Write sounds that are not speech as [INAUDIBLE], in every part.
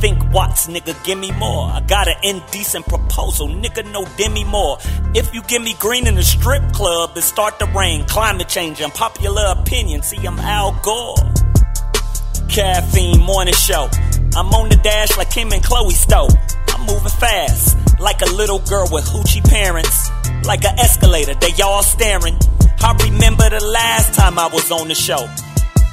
Think Watts, nigga, give me more. I got an indecent proposal, nigga, no demi more. If you give me green in the strip club, it start to rain. Climate change, unpopular opinion. See, I'm Al Gore. Caffeine morning show. I'm on the dash like Kim and Chloe Stowe. I'm moving fast, like a little girl with hoochie parents. Like an escalator, they all staring. I remember the last time I was on the show.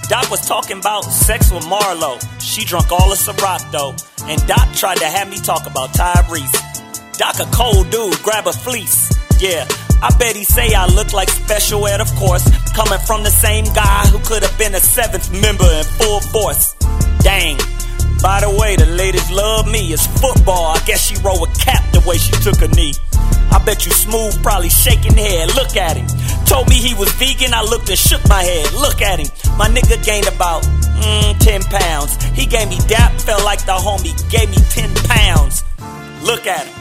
Doc was talking about sex with Marlo. She drunk all the Ciroc though, and Doc tried to have me talk about Tyrese. Doc a cold dude, grab a fleece. Yeah, I bet he say I look like special ed, of course. Coming from the same guy who could have been a seventh member in full force. Dang. By the way, the ladies love me. It's football. I guess she roll a cap the way she took a knee. I bet you smooth, probably shaking head. Look at him. Told me he was vegan. I looked and shook my head. Look at him. My nigga gained about mm, 10 pounds. He gave me dap, felt like the homie gave me 10 pounds. Look at him.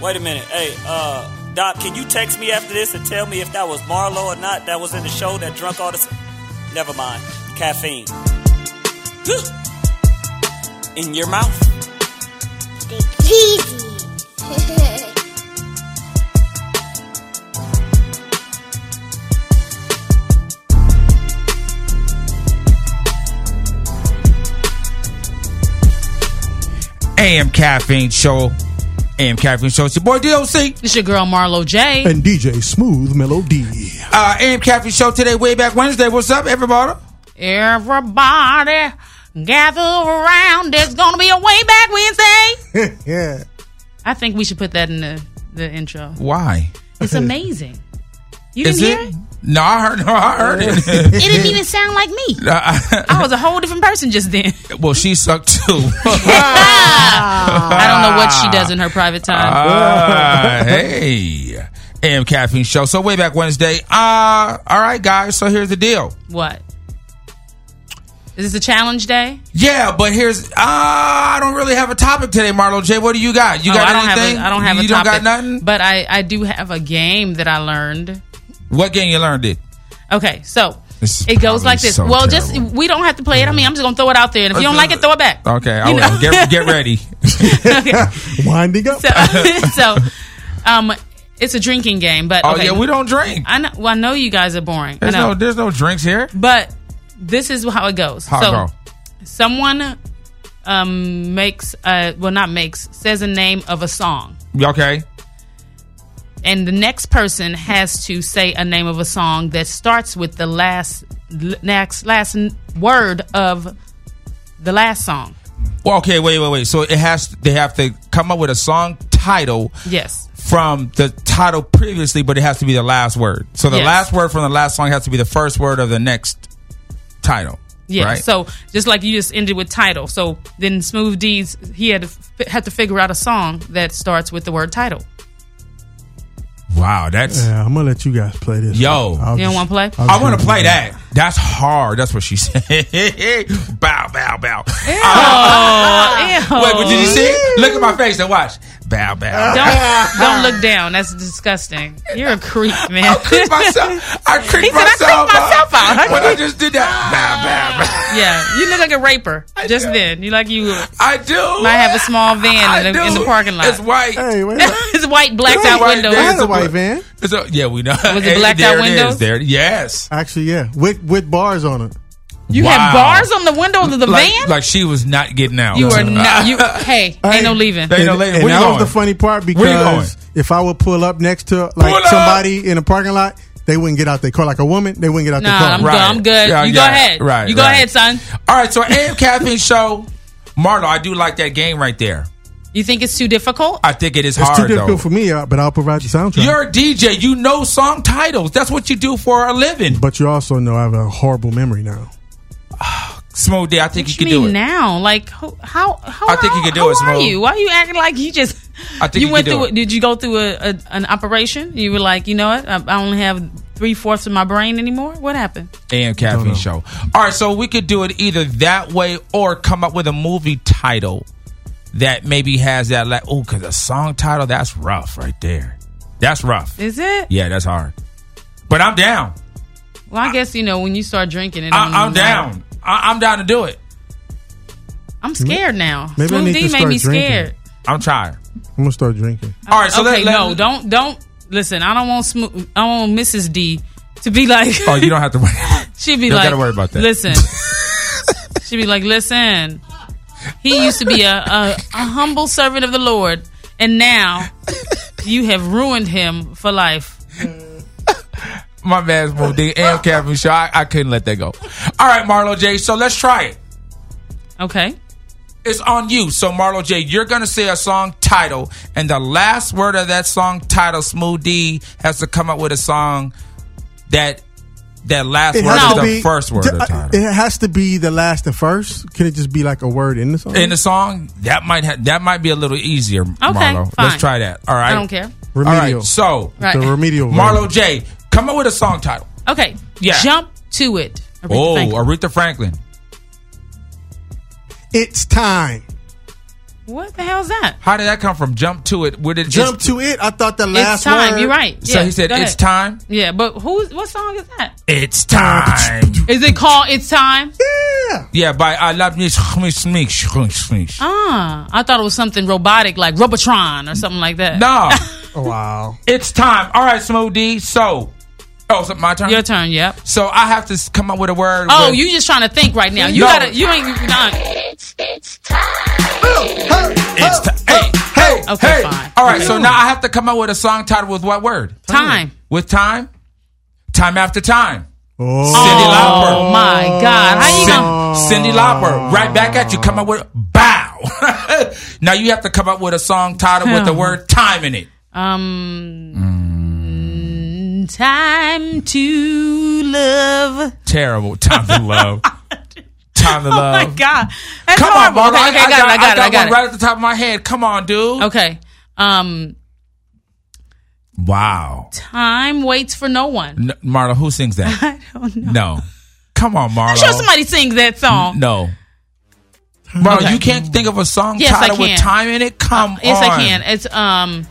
Wait a minute. Hey, uh, Doc, can you text me after this and tell me if that was Marlo or not that was in the show that drunk all this? Never mind. Caffeine. In your mouth. Cheesy. AM Caffeine Show. AM Caffeine Show. It's your boy DOC. It's your girl Marlo J. And DJ Smooth Melody. [LAUGHS] Uh, AM Caffeine Show today, way back Wednesday. What's up, everybody? Everybody gather around. There's gonna be a way back Wednesday. yeah. I think we should put that in the, the intro. Why? [LAUGHS] It's amazing. You Is didn't hear it? it? No, I heard. No, I heard it. [LAUGHS] [LAUGHS] It didn't even sound like me. Uh, I was a whole different person just then. [LAUGHS] well, she sucked [LAUGHS] too. I don't know what she does in her private time. [LAUGHS] Uh, hey, AM Caffeine Show. So way back Wednesday. Uh, all right, guys. So here's the deal. what? Is this a challenge day? Yeah, but here's uh, I don't really have a topic today, Marlo J. What do you got? You Oh, got I don't anything? have a, I don't have you a topic. don't got nothing. But I, I do have a game that I learned. what game you learned it? Okay, so This is it goes probably like this. so well, terrible. just we don't have to play it. I mean, I'm just gonna throw it out there, and if you don't like it, throw it back. Okay, I You know? will. Get, [LAUGHS] get ready. [LAUGHS] Okay. Winding up. So, so, [LAUGHS] um, it's a drinking game, but Oh okay. yeah, we don't drink. I know, well, I know you guys are boring. There's I know, no, there's no drinks here. but this is how it goes. Hot so, girl. someone um makes uh well not makes says a name of a song. Okay. and the next person has to say a name of a song that starts with the last l- next last n- word of the last song. Well, okay. Wait, wait, wait. So it has. They have to come up with a song title Yes. from the title previously, but it has to be the last word. So the Yes. last word from the last song has to be the first word of the next title. Yeah. Right? So just like you just ended with title. So then Smooth D's he had to f- had to figure out a song that starts with the word title. wow, that's. Yeah, I'm gonna let you guys play this. Yo. I'll You don't just- want to play? I'll I want to just- play that. That's hard. That's what she [LAUGHS] said. bow, bow, bow. Ew. [LAUGHS] Wait, but did you see? it? Look at my face and watch. Bow, bow. bow. Don't don't look down. That's disgusting. You're [LAUGHS] a creep, man. I creeped myself. I creeped said, "I myself, creeped myself out." I When I just did that, bow, bow, bow. [LAUGHS] yeah, you look like a raper. Just then, you like you I do. might have a small van I in the, in the do. parking lot. It's white. Hey, wait. a [LAUGHS] minute. it's white blacked out White window. I van. had a white van. It's a- yeah, we know. it Hey, blacked there out it is. windows? There, yes. Actually, yeah, with with bars on it. You Wow. had bars on the window of the like, van. Like she was not getting out. Uh, you are not. You hey, ain't no leaving. Hey, And, no, lady, and where that you going? was the funny part you going? because if I would pull up next to like Pull up! somebody in a parking lot, they wouldn't get out their car. Like a woman, they wouldn't get out Nah, their car. I'm Right. good. I'm good. Yeah, you yeah. go ahead. Right, You go right. ahead, son. [LAUGHS] All right, so AM Caffeine Show. Marlo, I do like that game right there. You think it's too difficult? I think it is it's too hard difficult though. for me, uh, but I'll provide the soundtrack. You're a DJ. You know song titles. That's what you do for a living. but you also know I have a horrible memory now. Smooth D, I think What you you can do mean it. now? Like how? How? how I think you could do how it, Are Simone. you? Why are you acting like you just? I think you went could do through. it. Did you go through a, a an operation? You were like, you know what? I, I only have three fourths of my brain anymore. What happened? AM Caffeine Show. All right, so we could do it either that way or come up with a movie title that maybe has that like oh, cause a song title that's rough right there. That's rough. Is it? Yeah, that's hard. But I'm down. Well, I guess you know when you start drinking it. I, I'm Mm, don't matter. down. I, I'm down to do it. I'm scared now. Maybe I Smooth need D to made start me drinking. scared. I'm tired. I'm gonna start drinking. All right, so Uh, okay, let, let- no, don't don't listen. I don't want smooth. I want Mrs. D to be like. Oh, you don't have to worry. [LAUGHS] [LAUGHS] She'd be Don't like, gotta worry about that. Listen, [LAUGHS] she'd be like, listen. He used to be a, a, a humble servant of the Lord, and now you have ruined him for life. My man's moved the AM Kevin show. I, I couldn't let that go. All right, Marlo J. So let's try it. Okay, It's on you. So Marlo J, you're gonna say a song title, and the last word of that song title, Smooth D, has to come up with a song that that last word has is to the be- first word of the Uh, title. It has to be the last and first. Can it just be like a word in the song? In the song, that might ha- that might be a little easier, Marlo. fine. Let's try that. All right. I don't care. All remedial. right. So Right. The remedial. Marlo version. J, come up with a song title. Okay, Yeah. jump to it. Aretha Oh, Franklin. Aretha Franklin. It's time. what the hell's that? How did that come from? Jump to it. Where did Jump to it. I thought the last It's time. word- You're right. So Yeah, he said, go "It's ahead. time. Yeah, but who? What song is that? It's time." Is it called "It's Time"? Yeah. yeah, by I love you. No, Ah, I thought it was something robotic like Robotron or something like that. Oh, Wow. it's time. All right, Smoothie. So, oh, is it my turn? your turn. Yep. So I have to s- come up with a word. Oh, with- you just trying to think right now. You No. gotta. You ain't. Not, It's it's time. It's time. Hey, hey, oh, Okay, hey. fine. All right, so now I have to come up with a song title with what word? Time. With time. Time after time. Oh. Cindy Oh Lauper. my God! How you Cin- gonna? Cindy Lauper, right back at you. Come up with bow. [LAUGHS] now you have to come up with a song title with the word time in it. Um, Mm. time to love. [LAUGHS] Terrible time to love. time to love. Oh my God! That's Come on, horrible. Marlo. Okay, I, okay, I I got it. I got it. I one got right at the top of my head. Come on, dude. it. Okay. Um, Wow. time waits for no one. N- Marlo, who sings that? [LAUGHS] I don't know. no. Come on, Marlo. Sure, somebody sings that song. No. Marlo, Okay. you can't think of a song Yes, I title with can. Uh, time in it? Come on. Yes, I can. It's um,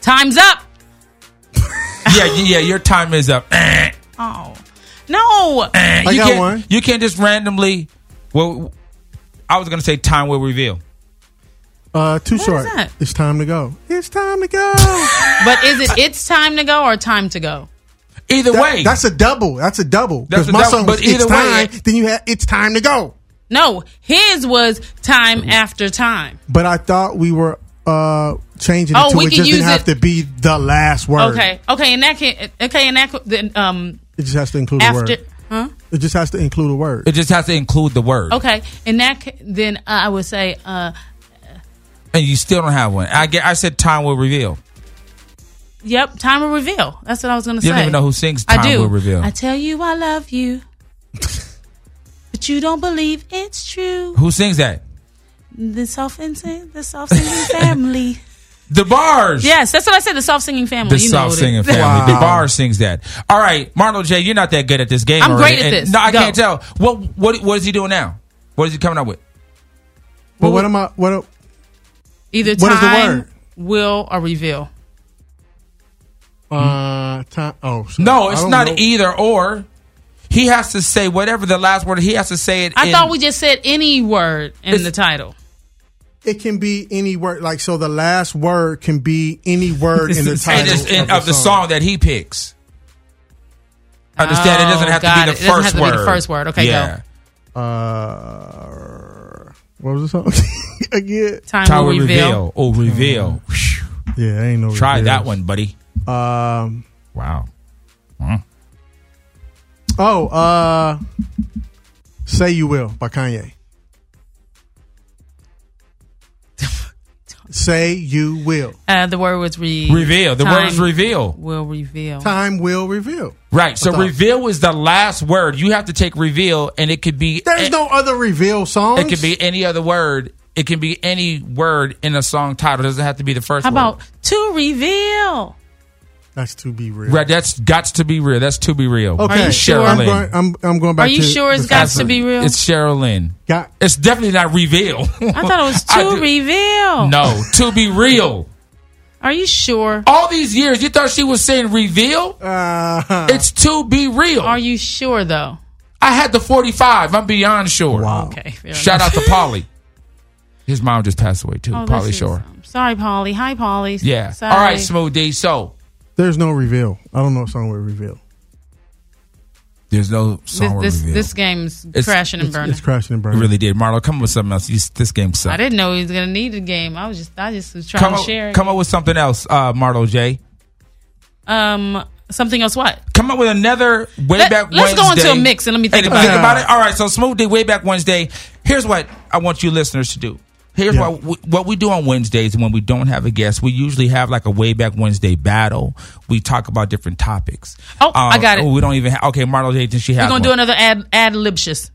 time's up. [LAUGHS] Yeah, y- yeah, your time is up. Oh no! you got can't, one. You can't just randomly. Well, I was gonna say time will reveal. Uh, too is short. that? It's time to go. It's time to [LAUGHS] go. But is it it's time to go or time to go? Either That- way, That's a double. That's a double. That's Because a my double, song but was it's either way- time. then you had it's time to go. No, his was time after time. But I thought we were uh changing it Oh, to we it can just didn't use have it- to be the last word. Okay, okay, and that can okay, and that could- then, um It just has to include a after word. huh It just has to include a word. it just has to include the word. okay, and that ca- then I would say uh And you still don't have one. I get. I said time will reveal. yep, time will reveal. That's what I was gonna You say. don't even know who sings. Time I do. will reveal. I tell you I love you, [LAUGHS] but you don't believe it's true. who sings that? The soft singing, the soft singing [LAUGHS] family. The bars. Yes, that's what I said. The soft singing family. The you know soft what it- singing family. Wow. The bar sings that. All right, Marlo J, you're not that good at this game. I'm already. great at And- this. No, I Go. can't tell. What what what is he doing now? What is he coming up with? but what am I? What? am- Either What is the time, word? will, or reveal. Uh, time. Oh sorry. No, I it's don't not e- know. either or. He has to say whatever the last word. He has to say it. I in- thought we just said any word in It's- the title. It can be any word. Like so, the last word can be any word [LAUGHS] [LAUGHS] in the and title it's in, a of the song that he picks. Understand? it doesn't Oh, have got to it. be It the doesn't first have to be word. the first word. Okay, yeah. Uh, what was the song [LAUGHS] again? Time, Tower will reveal. reveal. Oh, reveal. Whew. Yeah, ain't no. Try reveals. that one, buddy. Um. Wow. Oh. Uh. Say you will by [LAUGHS] Kanye. Say you will. Uh, the word was re- Reveal. The word is Time reveal. Will reveal. Time will reveal. Right. So I thought- reveal is the last word. You have to take reveal, and it could be There's no other reveal song. It could be any other word. It can be any word in a song title. It doesn't have to be the first How word. about to reveal? That's to be real. Right, that's got to be real. That's to be real. Okay. you sure? I'm Sherilyn. going. uh, I'm, I'm going back. Are you to sure it's the got first to one. be real? It's Sherilyn. Got It's definitely not reveal. I thought it was [LAUGHS] I to do- reveal. No, to be real. Are you sure? All these years, you thought she was saying reveal? Uh, It's to be real. Are you sure though? I had the 45. I'm beyond sure. Wow. Okay. fair Shout enough. out to [LAUGHS] Polly. His mom just passed away too. Oh, that Polly shit's- Shore. I'm Sorry, Polly. Hi, Polly. Yeah. Sorry. All right, Smooth D. So There's no reveal. I don't know if someone will reveal. there's no song This this, reveal. this game's It's- crashing and burning. It's crashing and I burning. really did. Marlo, come up with something else. You, this game sucks. I didn't know he was gonna need the game. I was just I just was trying come to up, share. it. come up with something else, uh, Marlo J. Um, something else. What? Come up with another way Let- back. let's go into Wednesday. a mix and let me think Hey, about it. it. All right, so Smooth D, way back Wednesday. Here's what I want you listeners to do. Here's Yeah. what we, what we do on Wednesdays when we don't have a guest. We usually have like a way back Wednesday battle. We talk about different topics. Uh, Oh, I got it. We don't even. Ha- okay, Marlo J. Did she have? We're gonna do one. another ad ad libtious.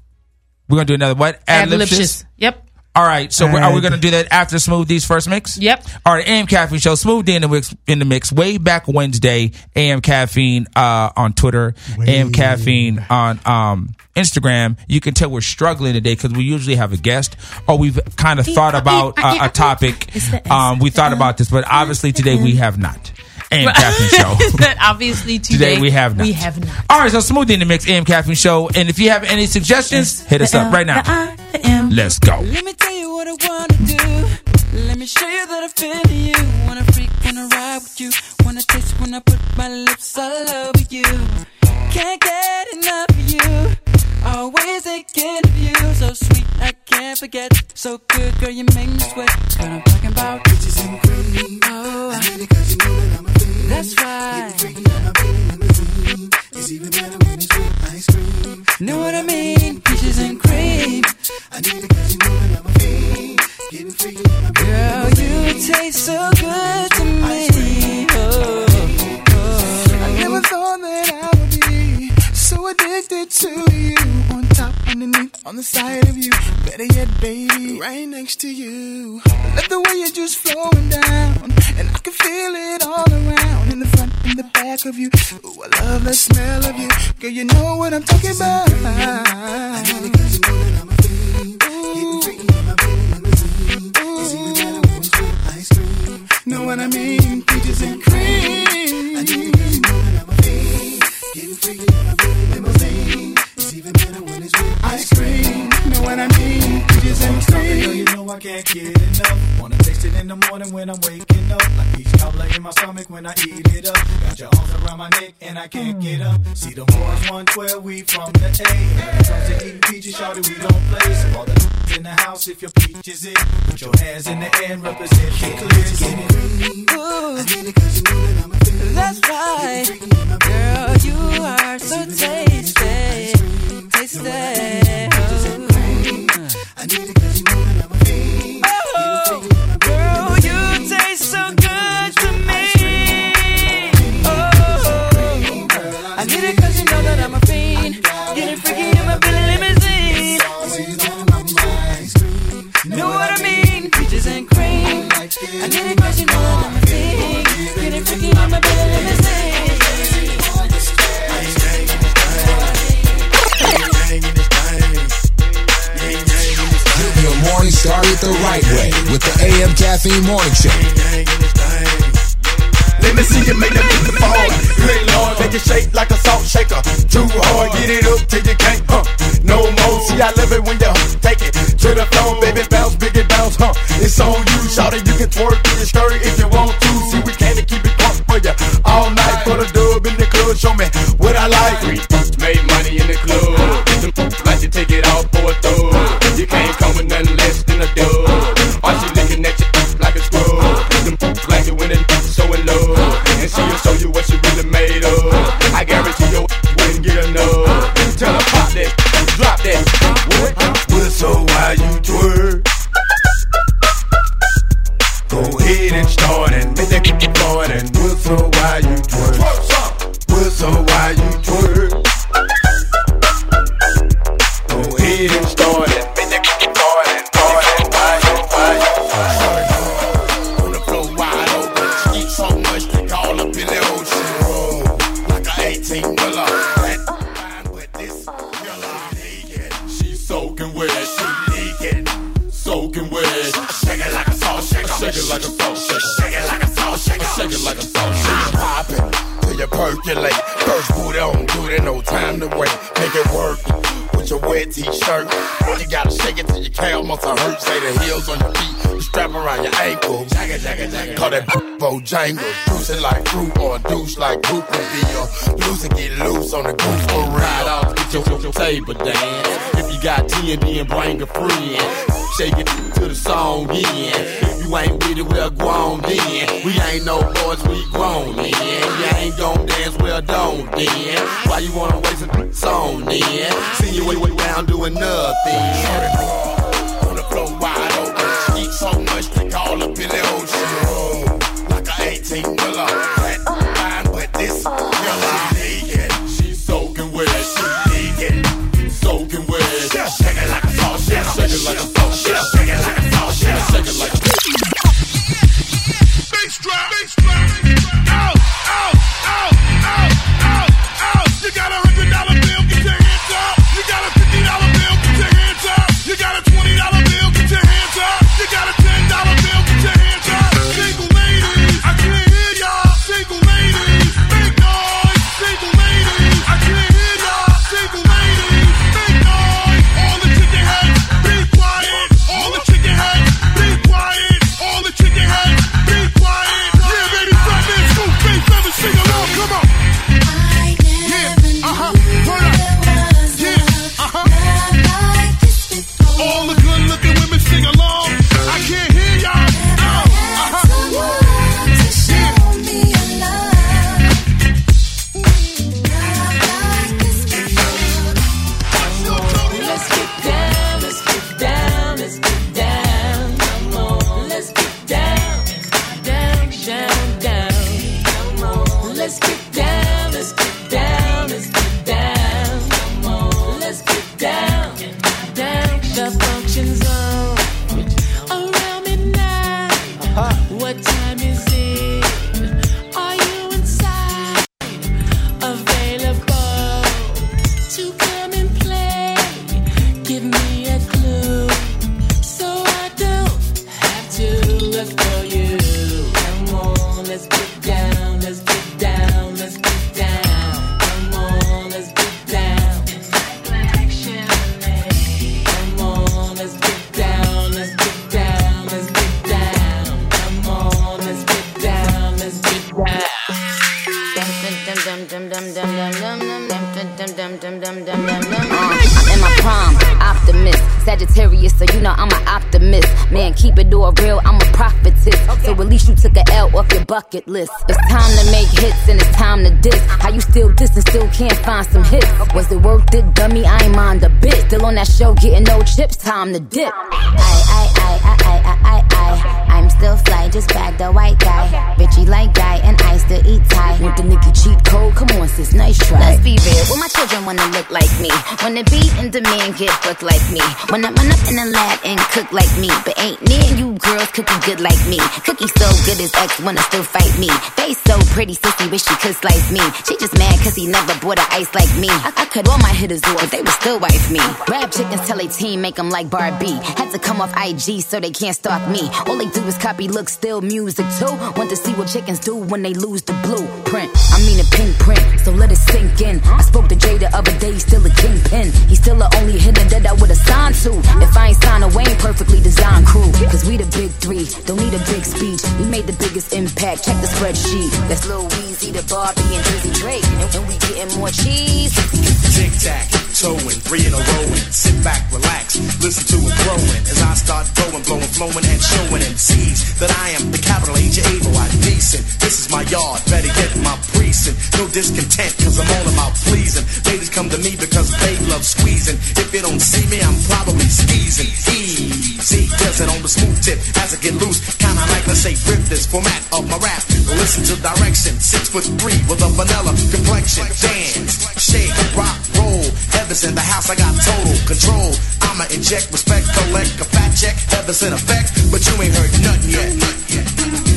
We're gonna do another what? Ad Ad-libtious? libtious. Yep. All right. So we're- are we Ad- going to do that after Smooth D's first mix? Yep. All right. AM Caffeine Show. Smooth D in the mix. In the mix way back Wednesday. AM Caffeine uh, on Twitter. AM Way Caffeine on um, Instagram. You can tell we're struggling today because we usually have a guest or we've kind of thought about uh, a topic. Um, we thought about this, but obviously today we have not. AM [LAUGHS] Caffeine Show. That obviously today, Today we have not. We have not. All right, so Smoothie in the Mix, AM Caffeine Show. And if you have any suggestions, hit us up right now. Let's go. Let me tell you what I wanna do. Let me show you that I feel you. Wanna freak, wanna ride with you. Wanna taste when I put my lips all over you. Can't get enough of you. Always thinking of you. So sweet, I can't forget. So good, girl, you make me sweat. What I'm talking about. Bitches and cream. Oh, that's right. Know what I mean? Peaches and cream. Girl, you taste so good to me. Oh, oh. I never thought that I would be so addicted to you. On top, underneath, on the side of you. Better yet, baby, right next to you. I love the way you're just flowing down, and I can feel it all around. In the front, in the back of you. Ooh, I love the smell of you. Girl, you know what I'm talking about. Know what I mean? Peaches and cream. Ice cream, know what I mean? Peaches and Girl, cream. you know I can't get enough. Wanna taste it in the morning when I'm waking up. Like peach cobbler in my stomach when I eat it up. Got your arms around my neck and I can't get up. See the boys 112, we from the A. When it comes to eating peaches, shawty, we don't play. So all the in the house, if your peach is it, put your hands in the air and represent the clears. Get it. That's right. Girl, you are so tasty. Tasty. Oh, girl, you taste so good to me. Oh, I need it 'cause you know that I'm a fiend. Getting freaky in my Billy limousine. Know what I mean? Peaches and cream. I need it 'cause you know that I'm a fiend. Getting freaky in my Billy limousine. Your morning started the right way with the AM Caffeine Morning Show. Let me see you make that thing fall. Good lord, make it shake like a salt shaker. Too hard, get it up till you can't, huh? No more. See, I love it when you huh, take it to the floor, baby. Bounce, big it bounce, huh? It's on you, shout it. You can twerk in your skirt if you want to. See, we can to keep it pump for you all night. Put a dub in the club, show me what I like. Three folks made money in the club. Some folks like to take it off for a throw. You can't come with nothing less than a dub. Or she looking at you like a scrub. Them folks like it when it so in love. And she'll show you what she really made of. I guarantee your wouldn't get enough. Tell her pop that, drop that. What? Whistle while you twerk. Go ahead and start and make that keep going and whistle while you twerk. Whistle while you twerk. Go ahead and start and make that keep going and party, party, party. On the floor wide open, eat so much they all up in the ocean. like a 18 wheeler. with this girl I'm naked. She's soaking wet, she naked, soaking wet. Shake it like a salt shaker, shake it like a salt shaker, shake it like a salt shaker, shake it like a salt shaker. Popping till you percolate, first boot on, do it, no time to wait. Make it work. with your wet t-shirt. You gotta shake it till your calf muscle hurt. Say the heels on your feet, the strap around your ankle. Jagga, jagga, jagga. Call that Bojangles. Cruising like fruit or a douche like group deal. Loose and get loose on the goof for real. Ride off, get your, your, your table dance. If you got TND and bring a friend. Shake it to the song in. If you ain't with it, well, go on then. We ain't no boys, we grown then. You ain't gon' dance, well, don't then. Why you wanna waste a song then? See you way, way down doing nothing. On the floor wide open. She eat so much they call her Billy Ocean. Like a 18 wheeler. Fat fine, but this girl is vegan. She's soaking wet, She vegan. she's soaking wet. Shake it like a sausage. Shake it like a sausage. Shake it like a sausage. Shake it like a Bass drop. Bass drop. Out. Out. Out. Out. Out. Out. You got a hundred dollar bill. Get your hands up. You got a fifty dollar bill. Get your hands up. You got a twenty dollar bill. Get your hands up. You got a ten dollar bill. Get your hands up. Single ladies, I can't hear y'all. Single ladies, make noise. Single ladies, I can't hear y'all. Single ladies, make noise. All the chicken heads, be quiet. All the chicken heads, be quiet. All the chicken heads, be quiet. Yeah, baby, fat man, scoop, face, seven, sing along. Come on. uh-huh. All the good looking women sing along. I can't hear y'all. Ow. Uh-huh. Let's get down, let's get down, let's get down, come on. Let's get down, down, down, down, come on. Let's get down, let's get down, let's get down, come on. Let's get down, down the function zone. Around midnight, what time is it? Are you inside? Available to come and play. Give me a clue so I don't have to look for you. Come on, let's get down, let's get down, let's get down. Come on, let's get down. Come on, let's get down, let's get down, let's get down. Come on, let's get down, let's get down. I'm in my prime, optimist. Sagittarius, so you know I'm an optimist. Man, keep it all real, I'm a prophetess. So at least you took a L off your bucket list. It's time to make hits and it's time to diss. How you still diss and still can't find some hits? Was it worth it, dummy? I ain't mind a bit. Still on that show, getting no chips, time to dip. I, I, I, I, I, I, I. I'm still fly, just bag the white guy. Bitchy like guy, and I still eat Thai. With the Nikki cheat code, come on, sis, nice try. Let's be real, well, my children wanna look like me. Wanna be in demand, get booked like me. Wanna run up in the lab and cook like me. But ain't near you girls cookie good like me. Cookie so good, his ex wanna still fight me. Face so pretty, sissy, wish she could slice me. She just mad cause he never bought a ice like me. I, I cut all my hitters off, but they would still wife me. Rap chickens tell they team, make them like Barbie. Had to come off IG so they can't stalk me. All they do is copy looks, still music too. Want to see what chickens do when they lose the blueprint. I mean a pink print, so let it sink in. I spoke to Jay the other day, he's still a kingpin. He's still the only hitter that I would have signed to. If I ain't signed away, ain't perfectly designed crew. Cause we the big three, don't need a big speech. We made the biggest impact, check the spreadsheet. That's Lil Weezy, the Barbie, and Drizzy Drake. And, and we getting more cheese. Tic tac, towing, three in a row. and Sit back, relax, listen to it growing as I start going, blowing, flowing, and showing MCs that I am the capital H able, I decent. This is my yard, better get my precinct. No discontent, cause I'm all about pleasing. Ladies come to me because they love squeezing. If they don't see me, I'm probably skeezing. Easy, does it on the smooth tip as I get loose. Kinda like, let's say, rip this format of my rap. Listen to direction, six foot three with a vanilla complexion. Dance, shake, rock, roll. Heaven's in the house, I got total control. I'ma inject respect, collect a fat check. Heaven's in effect, but you ain't heard nothing yet.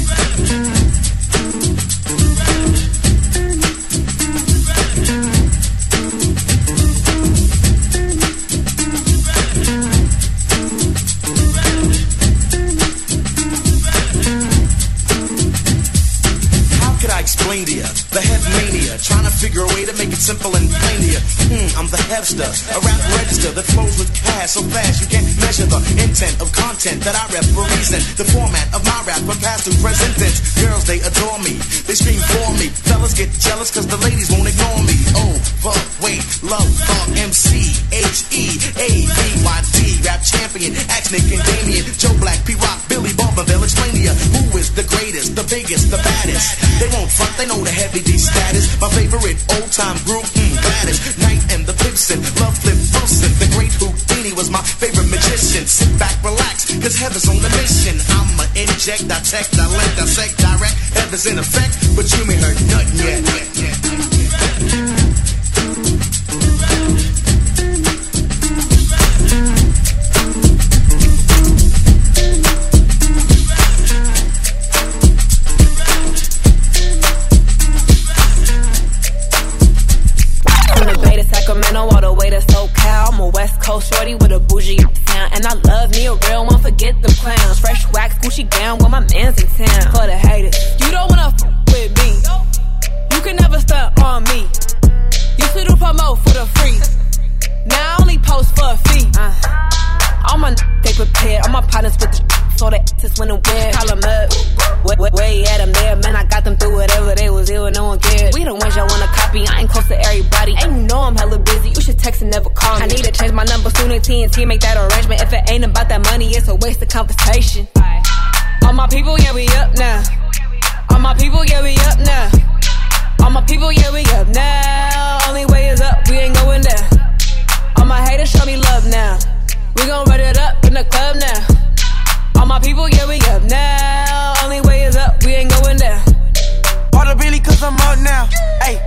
How could I explain to you the head mania? Trying to figure a way to make it simple and plain to you. Hmm, I'm the hipster. A rap register that flows with cash so fast you can't measure the intent of content that I represent. The format of my rap from past to present tense. Girls, they adore me. They scream for me. Fellas get jealous cause the ladies won't ignore me. Oh, but wait, love, thought, MC, E, H-E-A-V-Y-D. Rap champion, Axe Nick and Damien. Joe Black, P-Rock, Billy Baldwin, they'll explain to ya who is the greatest, the biggest, the baddest. They won't front, they know the heavy D status. My favorite old time group, mm, Gladys, Knight and the Gibson, Love Flip Wilson, the great Houdini was my favorite magician. Sit back, relax, cause heaven's on the mission. I'ma inject, dissect, I let, dissect, direct. Heaven's in effect, but you may hurt nothing yet. From the Bay to Sacramento all the way to SoCal. I'm a West Coast shorty with a bougie sound. And I love me a real one, forget them clowns. Fresh wax, Gucci gown when my man's in town. For the haters, you don't wanna f with me. You can never stunt on me. You see to promote for the free. Now I only post for a fee. Uh, all my n- they prepared. All my partners with the so the asses when the win. Call 'em up. Way, way, way at 'em there. Man, I got them through whatever they was ill and no one cared. We the ones y'all wanna copy. I ain't close to everybody. And you know I'm hella busy. You should text and never call me. I need to change my number soon and TNT make that arrangement. If it ain't about that money, it's a waste of conversation. All my people, yeah, we up now. All my people, yeah, we up now. All my people, yeah, we up now. Only way is up, we ain't going down. All my haters show me love now. We gon' run it up in the club now. All my people, yeah, we up now. Only way is up, we ain't going down. All the Bentley cause I'm up now. Hey,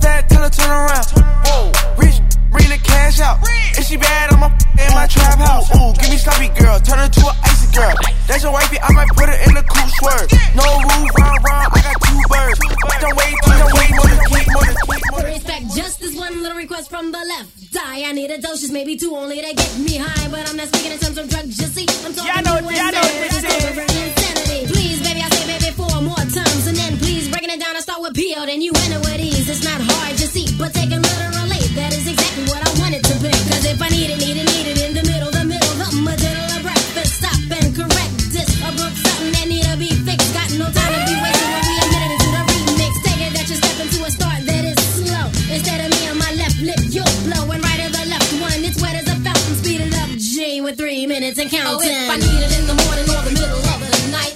dad tell her turn around. Whoa, rich, bring the cash out. If she bad, I'ma f- in my trap house. Ooh, give me sloppy girl, turn her to an icy girl. That's your wifey, I might put her in the cool swerve. No roof, round, round, I got two birds. Don't wait, don't wait, mother, keep, mother, keep, mother. Respect just this one little request from the left. Die, I need a dosage, maybe two only to get me high. But I'm not speaking in terms of drug juicy. I'm talking Y'all know- to y'all know what insanity. this is. That's over insanity. Please, baby, I say baby four more times. And then please, breaking it down, I start with P.O. Then you enter with ease. It's not hard to see, but taken literally. That is exactly what I want it to be. Cause if I need it, need it, need it in the middle, the middle, the middle of breakfast. Stop and correct this. A broke something that need to be fixed. Got no time to be wasting when we admitted into the remix. Take it that you step into a start that is slow. Instead of me on my left lip, you'll blow. And right of the left one, it's wet as a fountain. Speed it up, G, with three minutes and Oh, counting. if I need it in the morning or the middle of the night.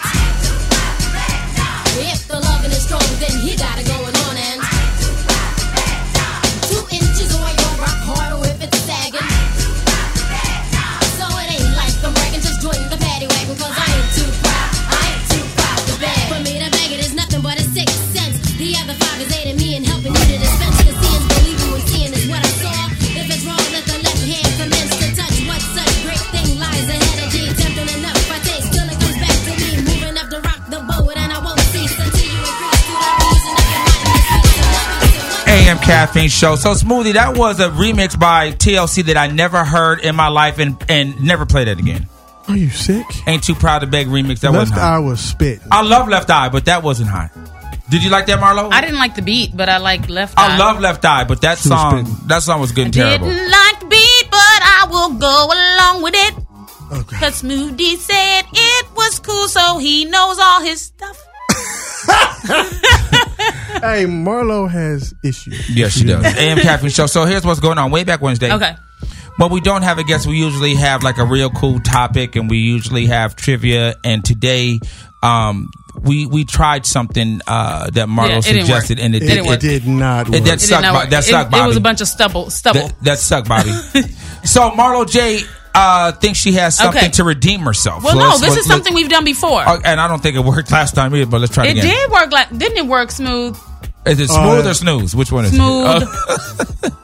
If the loving is strong, then he got it going on. And two inches or you'll rock hard, or if it's sagging. So it ain't like I'm bragging, just join the paddy wagon, cause I ain't too proud. I ain't too proud to bag. For me to bag it is nothing but a sixth sense. The other five is aiding me and helping me to dispense the sins. Believe you and seeing is what I saw. If it's wrong, let the left hand commence to touch what such great thing lies ahead of G. Tempting enough, I taste till it comes back to me. Moving up to rock the boat, and I won't cease until you agree to the reason of your mind. AM Caffeine Show. So Smoothie, that was a remix by TLC that I never heard in my life and and never played that again. Are you sick? Ain't too proud to beg remix. That Ah. Left wasn't. Hot. eye was spit. I love Left Eye, but that wasn't hot. Did you like that, Marlo? I didn't like the beat, but I like left. I eye. love Left Eye, but that song that song was good and terrible. Didn't like the beat, but I will go along with it. Cause Moody said it was cool, so he knows all his stuff. [LAUGHS] hey, Marlo has issues. Yes, [LAUGHS] she does. AM Caffeine Show. So here's what's going on. Way back Wednesday. Okay. When we don't have a guest, we usually have like a real cool topic, and we usually have trivia. And today, um, we we tried something uh, that Marlo Yeah, it didn't suggested, work. and it, It didn't work. It did not It, work. that It did sucked. not Bo- work. that It- sucked, it, Bobby. was a bunch of stubble. Stubble. that, that sucked, [LAUGHS] Bobby. so Marlo J uh, thinks she has something Okay. to redeem herself. well, So no, let's- this let's- is something we've done before. let's- and I don't think it worked last time either. But let's try it, it again. did work. Like didn't it work smooth? Is it Uh, smooth or snooze? Which one is Smooth. it? Uh, [LAUGHS]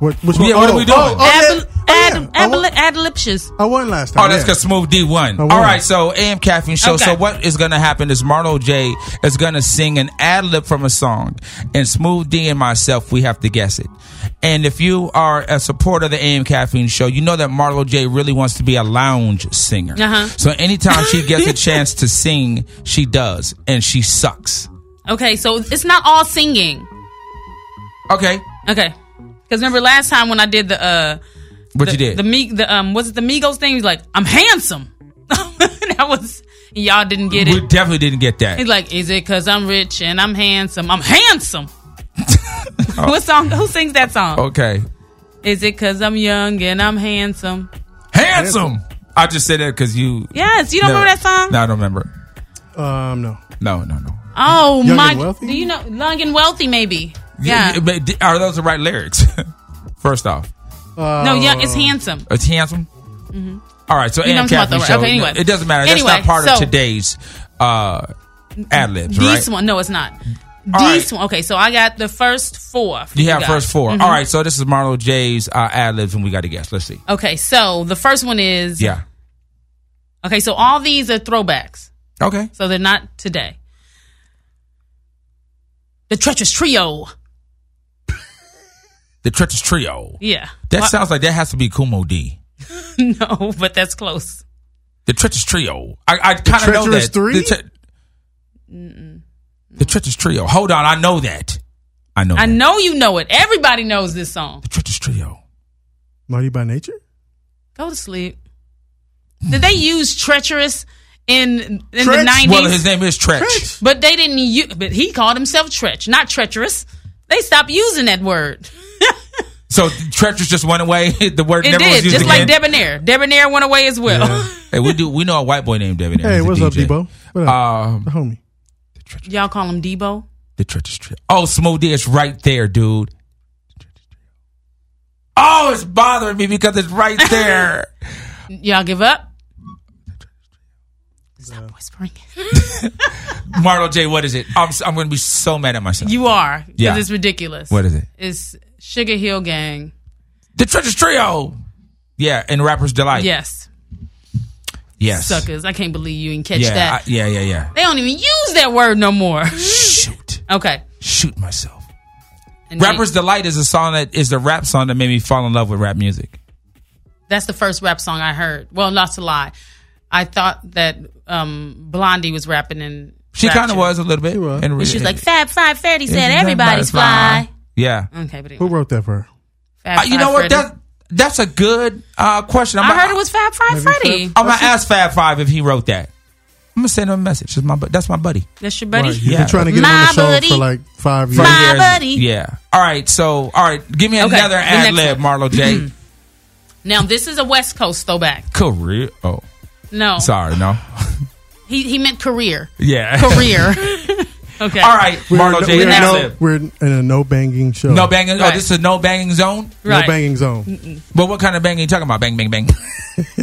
What, which Yeah, one? what are we doing? Oh, oh, yeah. Uh-huh. Ab- ad- abli- adliptious. I won last Oh, that's because Smooth D won. All right, so AM Caffeine Show. Okay. So what is going to happen is Marlo J is going to sing an ad lib from a song, and Smooth D and myself we have to guess it. And if you are a supporter of the AM Caffeine Show, you know that Marlo J really wants to be a lounge singer. Uh-huh. So anytime she [LAUGHS] gets a chance to sing, she does, and she sucks. Okay, so it's not all singing. Okay. Okay. Because remember last time when I did the uh, What the, you did? the me the um was it the Migos thing? He's like, I'm handsome. [LAUGHS] that was y'all didn't get we it. definitely didn't get that. [LAUGHS] He's like, is it because I'm rich and I'm handsome? I'm handsome. Oh. what song? Who sings that song? Okay. Is it because I'm young and I'm handsome? Handsome. I just said that because you. Yes, you don't No. remember that song? No, I don't remember. Um, no. No, no, no. Oh Young my! and wealthy? Do you know young and wealthy? Maybe. Yeah. Yeah. but di- Are those the right lyrics? [LAUGHS] First off, no, uh, young is handsome. it's handsome. Mhm. All right, so You know Ann what I'm Catherine talking about, show. right? Okay, anyway. It doesn't matter. Anyway, That's not part of so- today's uh, ad libs, right? This one, no, it's not. This one. Okay, so I got the first four. for You have guys. first 4 Mhm. All right, so this is Marlo J's uh, ad libs, and we got a guess. Let's see. Okay, so the first one is Yeah. Okay, so all these are throwbacks. Okay. So they're not today. The treacherous trio. The Treacherous Trio. Yeah. That Why- sounds like that has to be Kumo D. [LAUGHS] no, but that's close. The Treacherous Trio. I, I kind of know Treacherous that. Three? The, tre- the Treacherous Trio. Hold on, I know that. I know. I know you know it. Everybody knows this song. Mighty by Nature? Go to sleep. Did they use treacherous in in the Tretch? nineties? Well, his name is Tretch. Tretch. But they didn't use. But he called himself Tretch, not treacherous. They stopped using that word. So Treacherous just went away. [LAUGHS] the word It never was did, used just again. like debonair. Debonair went away as well. hey, we do. We know a white boy named Devin. Hey, what's up, Debo? What Um, homie. [LAUGHS] Y'all call him Debo. The Treacherous Trio. Oh, Smoothie is right there, dude. Oh, it's bothering me because it's [LAUGHS] right there. Y'all give up. Stop whispering. Marlo J, what is it? I'm, s- I'm going to be so mad at myself. You are. 'cause Yeah. It's ridiculous. What is it? It's Sugar Hill Gang. The Treacherous Trio. Yeah, and Rapper's Delight. yes. Yes. Suckers. I can't believe you didn't catch yeah, that. I- yeah, yeah, yeah. They don't even use that word no more. [LAUGHS] Shoot. Okay. Shoot myself. And Rapper's Delight is a song that is the rap song that made me fall in love with rap music. That's the first rap song I heard. Well, not to lie. I thought that um, Blondie was rapping and She rapped kind of it. was a little bit. And, And she was and- like, Fab Five Freddy said Everybody's everybody's fly. yeah. Okay, but Who wrote that for her? Fab Uh, you know Five what? Freddy. That, that's a good uh, question. I gonna- heard it was Fab Five Freddy. I'm going to ask Fab Five if he wrote that. I'm going to send him a message. That's my, bu- that's my buddy. That's your buddy. Right, you've been trying to get him My on the show buddy. for like five years. Five My years. buddy. Yeah. All right. So, all right. Give me Okay, another the ad next Mm-hmm. lib, Marlo J. Now this is a West Coast [CLEARS THROAT] throwback. Career. Oh, No, sorry. No. [LAUGHS] he he meant career. Yeah. Career. [LAUGHS] okay. All right, Marlo J. we're, ad no, lib. we're in a no banging show. No banging. Right. Oh, this is a no banging zone. No banging zone. But what kind of banging you talking about? Bang, [LAUGHS] bang, bang.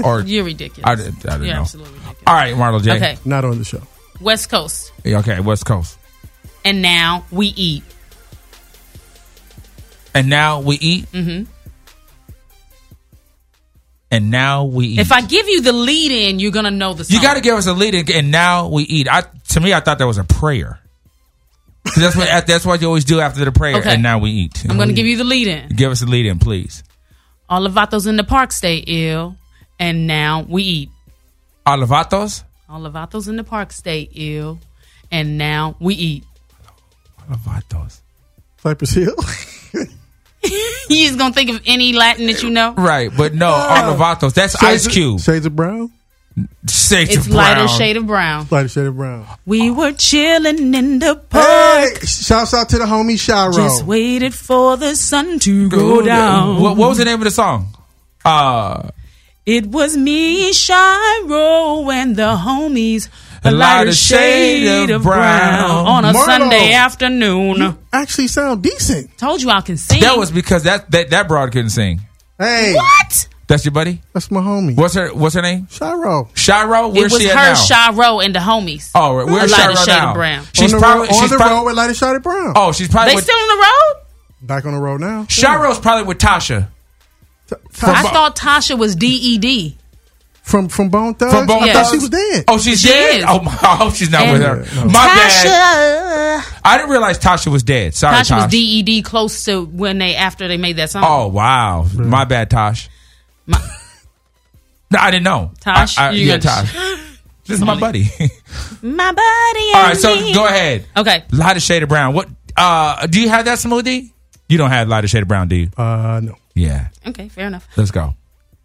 or You're ridiculous. I, did- I don't You're know. absolutely ridiculous. All right, Marlo J. Okay. Not on the show. West Coast, Yeah, Okay, West Coast. and now we eat. And now we eat. hmm And now we eat. If I give you the lead in, you're gonna know the song. you got to give us a lead, and- and now we eat. I to me, I thought that was a prayer. 'Cause That's what [LAUGHS] that's what you always do after the prayer. Okay. And now we eat. I'm gonna give you the lead in. Give us a lead in, please. All Olivato's in the park stay ill, and now we eat. Olivatos. All Olivato's in the park stay ill, and now we eat. [LAUGHS] Olivatos. Cypress Hill. [LAUGHS] you just gonna think of any Latin that you know. Right, but [LAUGHS] no, Olivatos. That's Shades Ice of- Cube. Shades of Brown. Shades It's of brown. lighter shade of brown. Lighter Shade of Brown. We were chilling in the Hey, park. shouts out to the homie Shiro. Just waited for the sun to go down. What, what was the name of the song? Uh, It was me, Shiro, and the homies. A A lighter lighter shade of brown, on a Marlo. Sunday afternoon. Actually, sound decent. Told you I can sing. Hmm? that was because that that that broad couldn't sing. Hey, what? That's your buddy. that's my homie. What's her What's her name? Shiro. Shiro. Where's it was she her, at now? Shiro, and the homies. oh, right, a where's lighter Shiro shade now? of brown. She's on the, probably road, on she's the prob- road with Lighter Shade of Brown. Oh, she's They probably with, still on the road? Back on the road now. Shiro's probably with Tasha. From I Bo- thought Tasha was E DED. From from Bone Thugs. From Bone I thought Thugs? she was dead. Oh, she's She dead. is. Oh, my, [LAUGHS] I hope she's not And with her. My bad. I didn't realize Tasha was dead. Sorry, Tasha Tasha. was DED close to when they after they made that song. oh wow, my bad, Tosh. no, I didn't know. Tosh, I, I, you yeah, gotta- Tosh. [LAUGHS] This is my buddy. [LAUGHS] My buddy. All and [LAUGHS] right, so me. go ahead. Okay. Light of shade of brown. What? uh Do you have that smoothie? You don't have lighter shade of brown, do you? Uh, no. Yeah. Okay, fair enough. Let's go.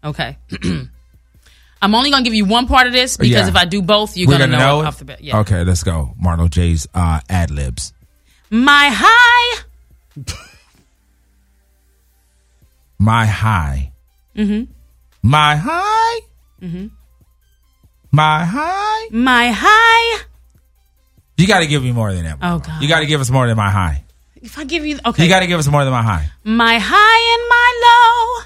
Okay. [CLEARS THROAT] I'm only gonna give you one part of this because Yeah. if I do both, you're We're gonna, know, it? off the bat. Yeah. Okay, let's go. Marno J's uh, ad libs. My high. My high. Mm-hmm. My high. Mm-hmm. My high. My high. You got to give me more than that. Oh, God. You got to give us more than my high. If I give you okay, You got to give us more than my high. my high and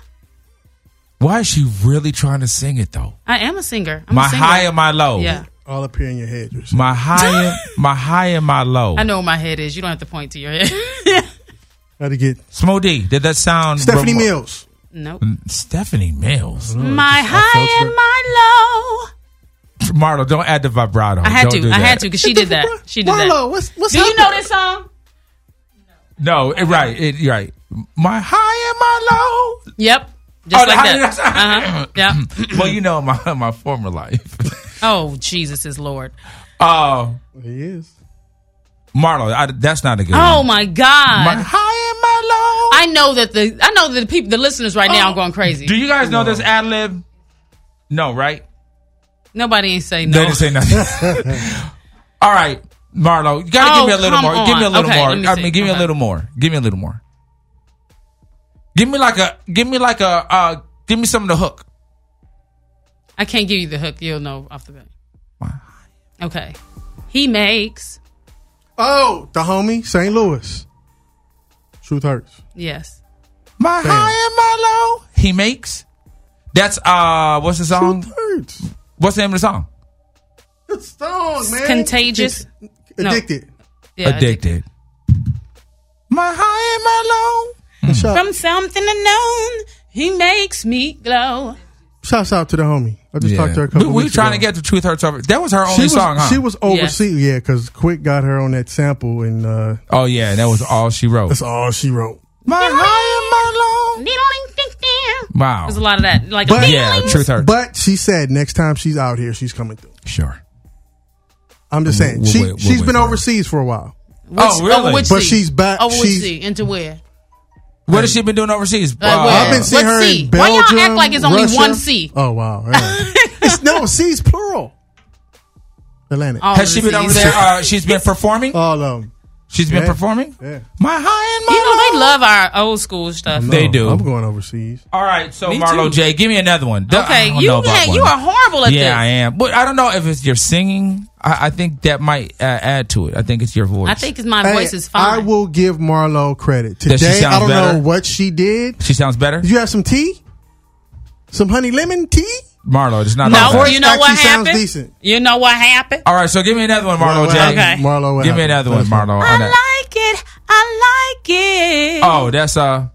Why is she really trying to sing it though? my low. I am a singer. I'm a my singer. high and my low. Yeah, All up here in your head. You're My high [LAUGHS] and my high and my low. I know where my head is. You don't have to point to your head. [LAUGHS] Gotta get Smooth D. Did that sound Stephanie remo- Mm, Mills. Nope. Stephanie Mills. my high and my low. Marlo, don't add the vibrato. I had Don't to. do I had that. to because she [LAUGHS] did that. She did Marlo, that. what's- what's do you know happening? this song? No, it, right. It, you're right. My high and my low. [CLEARS THROAT] Yep. Just Oh, like [LAUGHS] how that. did I sound? Uh-huh. Yeah. well, you know my my former life. [LAUGHS] Oh, Jesus is Lord. Oh, he is. Marlo, I, that's not a good. Oh one. my God. My high and my low. I know that the I know that the people the listeners right now are going crazy. Oh, Do you guys know this ad lib? No, right? Nobody ain't say They no. didn't say nothing. All right, Marlo, you gotta Oh, give me a little come more. Give me a on. little Okay, more. let me I see. mean, give me a Okay. little more. Give me a little more. Give me like a. Give me like a. Uh, give me some of the hook. I can't give you the hook. You'll know off the bat. Okay. He makes Oh, the homie, St. Louis. Truth hurts. yes. My high and my low. He makes. That's uh. What's the song? What's the name of the song? Good song, man. Contagious. No. Addicted. Yeah, Addicted. My high and my low. Shout, From something unknown, he makes me glow. shouts out to the homie. I just talked to her a We, couple we weeks trying to ago. get the truth hurts over. That was her she only was, song, huh? She was overseas, yeah, because Quick got her on that sample, and uh, Oh yeah, that was all she wrote. that's all she wrote. My high and my low. Wow. There's a lot of that. Like But Yeah, truth hurts. But she said next time she's out here, she's coming through. Sure. I'm just saying We'll she wait- we'll she's wait been for her. overseas for a while. Oh, really? Over which But sea? she's back. Over which She's- sea? Into where? What has she been doing overseas? Like Uh, where? I've been seeing What her sea? in Why y'all Belgium. act like it's only Russia. one sea? Oh wow, yeah. it's no seas plural. Atlantic. All Has she been overseas. over there? Uh, [LAUGHS] she's been performing. All of them. She's been Oh, Yeah. performing. Yeah. My high and my You know low. they love our old school stuff. They do. I'm going overseas. All right, so Me Marlo too. J, give me another one. Duh, I Okay, don't you know about had- one. you are horrible at yeah, this. I am. But I don't know if it's your singing. I, I think that might uh, add to it. I think it's your voice. I think it's my Hey, voice is I fine. will give Marlo credit. Does she Today, I sound don't better? know what she did. she sounds better. You have some tea? Some honey lemon tea? Marlo, it's not all no, bad. voice you know what actually sounds happened. decent. You know what happened. All right, so give me another one, Marlo What J. happened? Okay. Marlo, what give me happened? another one, That's fine. Marlo. on I that. like it. I like it. Oh, that's uh,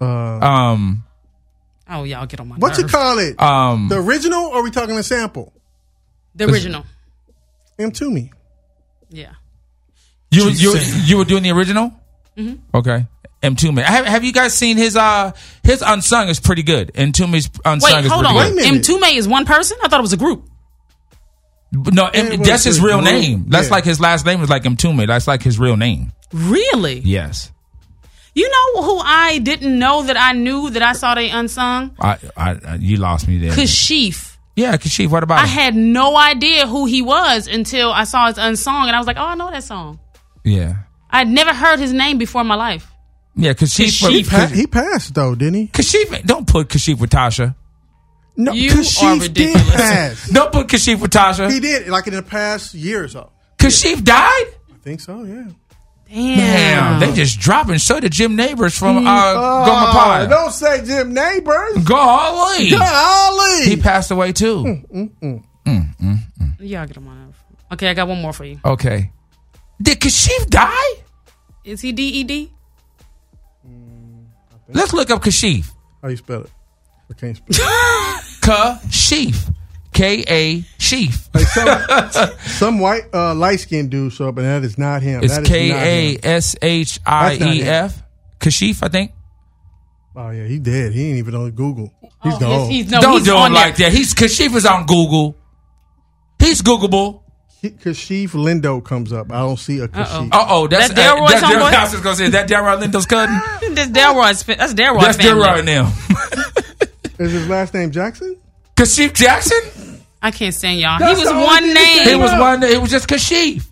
Uh, um, Oh, y'all get on my what you nerves. call it? um. the original or are we talking a sample? the original? M to me. Yeah. You you you were doing the original. Mhm. Okay. M Toomey. Have, have you guys seen his uh his unsung is pretty good. And Toomey's unsung Wait, is hold pretty on. Wait a good. M minute. Tume is one person. I thought it was a group. No, M- Yeah, well, that's his it's a real group. name. That's Yeah. like his last name is like M Toomey. That's like his real name. Really? Yes. You know who I didn't know that I knew that I saw they unsung? I I, I you lost me there. Kashif. yeah, Kashif, what about I him? had no idea who he was until I saw his unsung, and I was like, oh, I know that song. yeah. I'd never heard his name before in my life. Yeah, Kashif He, Kashif. Kashif, pa- he passed though, didn't he? don't put Kashif with Tasha. No, You 'cause are she did ridiculous. pass. Don't put Kashif with Tasha. he did like in the past year or so. Kashif died? I think so. Yeah. Damn, Damn. they just dropping. So did Jim Neighbors from uh, Mm. Oh, Goma Pie. don't say Jim Neighbors. Golly. He Golly. passed away too. Mm. Y'all get on my nerves. Okay, I got one more for you. Okay. Did Kashif die? Is he E DED? Let's look [LAUGHS] up Kashif. How you spell it? I can't [LAUGHS] spell. Kashif. K A Sheaf. it. Like some, some white uh, light skinned dude show up, and that is not him. It's That is not K him. A S H I E F. Kashif, I think. Oh yeah, he dead. He ain't even on Google. He's gone. Yes, he's, no, Don't he's do on him there. like that. He's Kashif is on Google. He's Googleable. Because Sheaf Lindo comes up. I don't see a Kashif. Uh oh, that's That Delroy's that's Del- homeboy? I was just gonna say is that Delroy Lindo's cousin. [LAUGHS] That's Delroy's. fa- That's that's Delroy's. family. Delroy now. Is his last name Jackson? Kashif Jackson. I can't stand y'all. That's he was the only one thing name. He was one. It was just Kashif.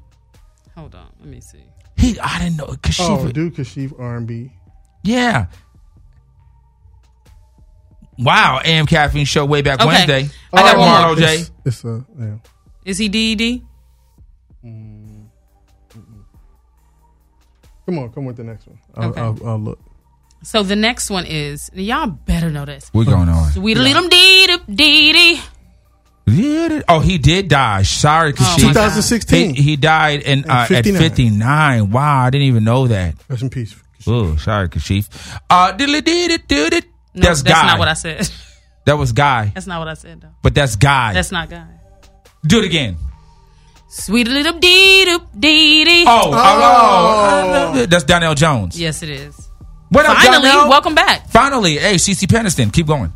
Hold on, let me see. He. I didn't know Kashif. Oh, dude, Kashif R&B. Yeah. Wow, AM Caffeine Show way back Okay. Wednesday. I got one Tomorrow, more. Jay. Oh, It's, it's a yeah. Is he E DED? Come on, come with the next one. I'll, Okay. I'll, I'll look. So the next one is y'all better know this. We're going on. Sweet little dee dee dee. Yeah. Oh, he did die. Sorry, Oh, because my 2016. He, he died in, uh, at 59. 59. Wow, I didn't even know that. Rest in peace. Oh, sorry, Kashif. Uh, diddly did it, did it. No, That's guy. not what I said. [LAUGHS] That was guy, That's not what I said though. but that's guy. That's not guy. Do it again. Sweet little dee doop dee dee. Oh, oh, oh, that's Donnell Jones. Yes, it is. What up, Finally, Donnell? welcome back. [LAUGHS] Finally, hey, CC Peniston, keep going.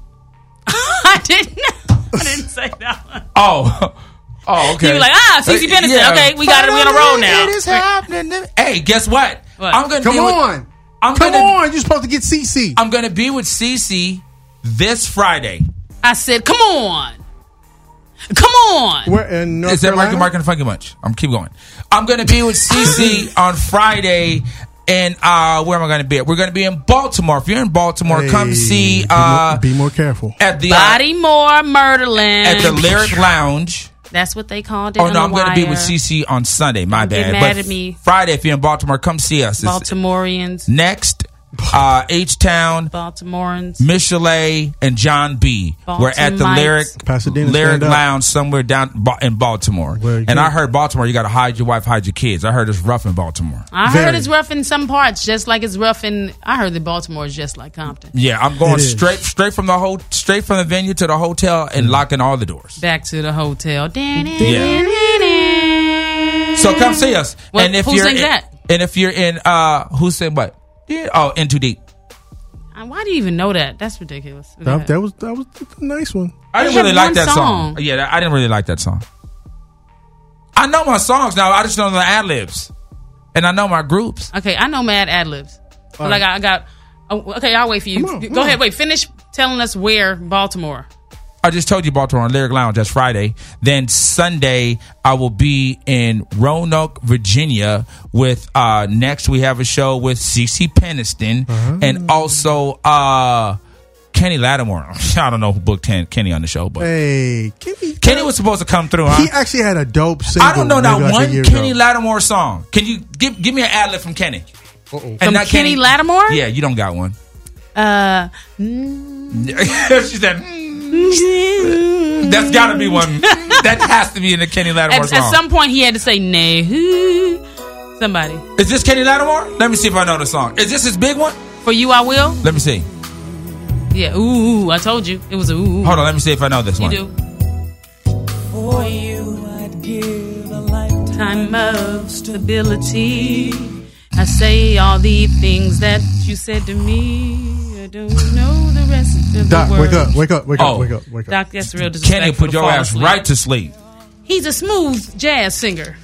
I didn't. I [LAUGHS] didn't say that. One. Oh, [LAUGHS] oh, okay. You were like, ah, CC Uh, Peniston. yeah. Okay, we got it. We on a roll now. It is happening. Hey, guess what? What? I'm gonna Come be with- on. I'm Come gonna, on. You're supposed to get CC. I'm gonna be with CC this Friday. I said, come on, come on. Where in North Is that Marky Carolina? Mark and Funky Munch? I'm keep going. I'm gonna be with [GASPS] CC on Friday. And uh, where am I going to be? at? We're going to be in Baltimore. If you're in Baltimore, come Hey, see be more- uh, be more careful. at the uh, Body more Murderland. at the Lyric Lounge. That's what they called it. Oh on no, the I'm going to be with wire. CC on Sunday. My Don't bad. get mad But at me. Friday, if you're in Baltimore, come see us. It's- Baltimoreans, Next, uh, H Town, Baltimoreans. Michelet, and John B. We're at the Baltimites. Lyric Pasadena, Lyric stand up. Lounge somewhere down Ba- in Baltimore. Well, you and I can't- heard Baltimore, you got to hide your wife, hide your kids. I heard it's rough in Baltimore. I heard Very. it's rough in some parts, just like it's rough in. I heard that Baltimore is just like Compton. Yeah, I'm going It is. straight straight from the whole straight from the venue to the hotel and locking all the doors. Back to the hotel. So come see us. Well, and if who you're sings in, that? and if you're in uh who said what? Yeah, oh, in too deep. Uh, Why do you even know that? That's ridiculous. That, that was that was a nice one. I They didn't really have like one that song. song. Yeah, that- I didn't really like that song. I know my songs now. I just don't know the ad libs, and I know my groups. Okay, I know mad ad libs. But, All Like right. I I got. oh, Okay, I'll wait for you. Come on, Go come ahead. on. Wait. Finish telling us where Baltimore. I just told you Baltimore on Lyric Lounge. That's Friday. Then Sunday, I will be in Roanoke, Virginia. With uh next, we have a show with CC Peniston Uh-huh. and also uh Kenny Lattimore. [LAUGHS] I don't know who booked Ken- Kenny on the show, but Hey, Kenny. Kenny was supposed to come through. Huh? He actually had a dope single. I don't know maybe not like a one year Kenny ago. Lattimore song. Can you give give me an ad lib from Kenny? And From not Kenny Lattimore? Yeah, you don't got one. Uh, [LAUGHS] she said, "Mm." "That's got to be one. that has to be in the Kenny Lattimore at, song." at some point he had to say nay. who Somebody. Is this Kenny Lattimore? Let me see if I know the song. Is this his big one? For you, I will. Let me see. Yeah. Ooh, ooh, I told you it was a ooh. ooh. Hold on. Let me see if I know this You one. do. For you, I'd give a lifetime. Time of stability. I say all the things that you said to me. I don't know the rest of Doc, the world. wake up, wake up, wake Oh. up, wake up, wake up. Doc, that's real disrespectful. Kenny put to your fall ass asleep. right to sleep. He's a smooth jazz [LAUGHS] singer.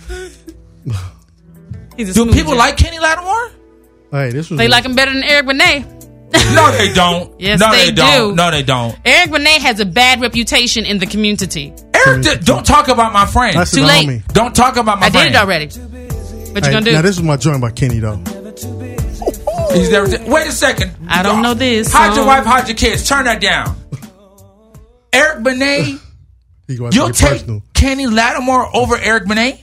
He's a Do smooth people jazz- like Kenny [LAUGHS] Lattimore? Hey, this was They like him better than Eric Benet. No, they don't. Yes, no, they don't. do. No, they don't. Eric Benet has a bad reputation in the community. Eric, d- don't talk about my friend. That's Too the late. homie. Don't talk about my I friend. did it already. What you Hey, gonna do? Now this is my joint by Kenny though. He's there. Wait a second. I don't know this Hide your song. wife, hide your kids. Turn that down. [LAUGHS] Eric Benet, He gonna have to you'll get take personal. Kenny Lattimore over Eric Benet?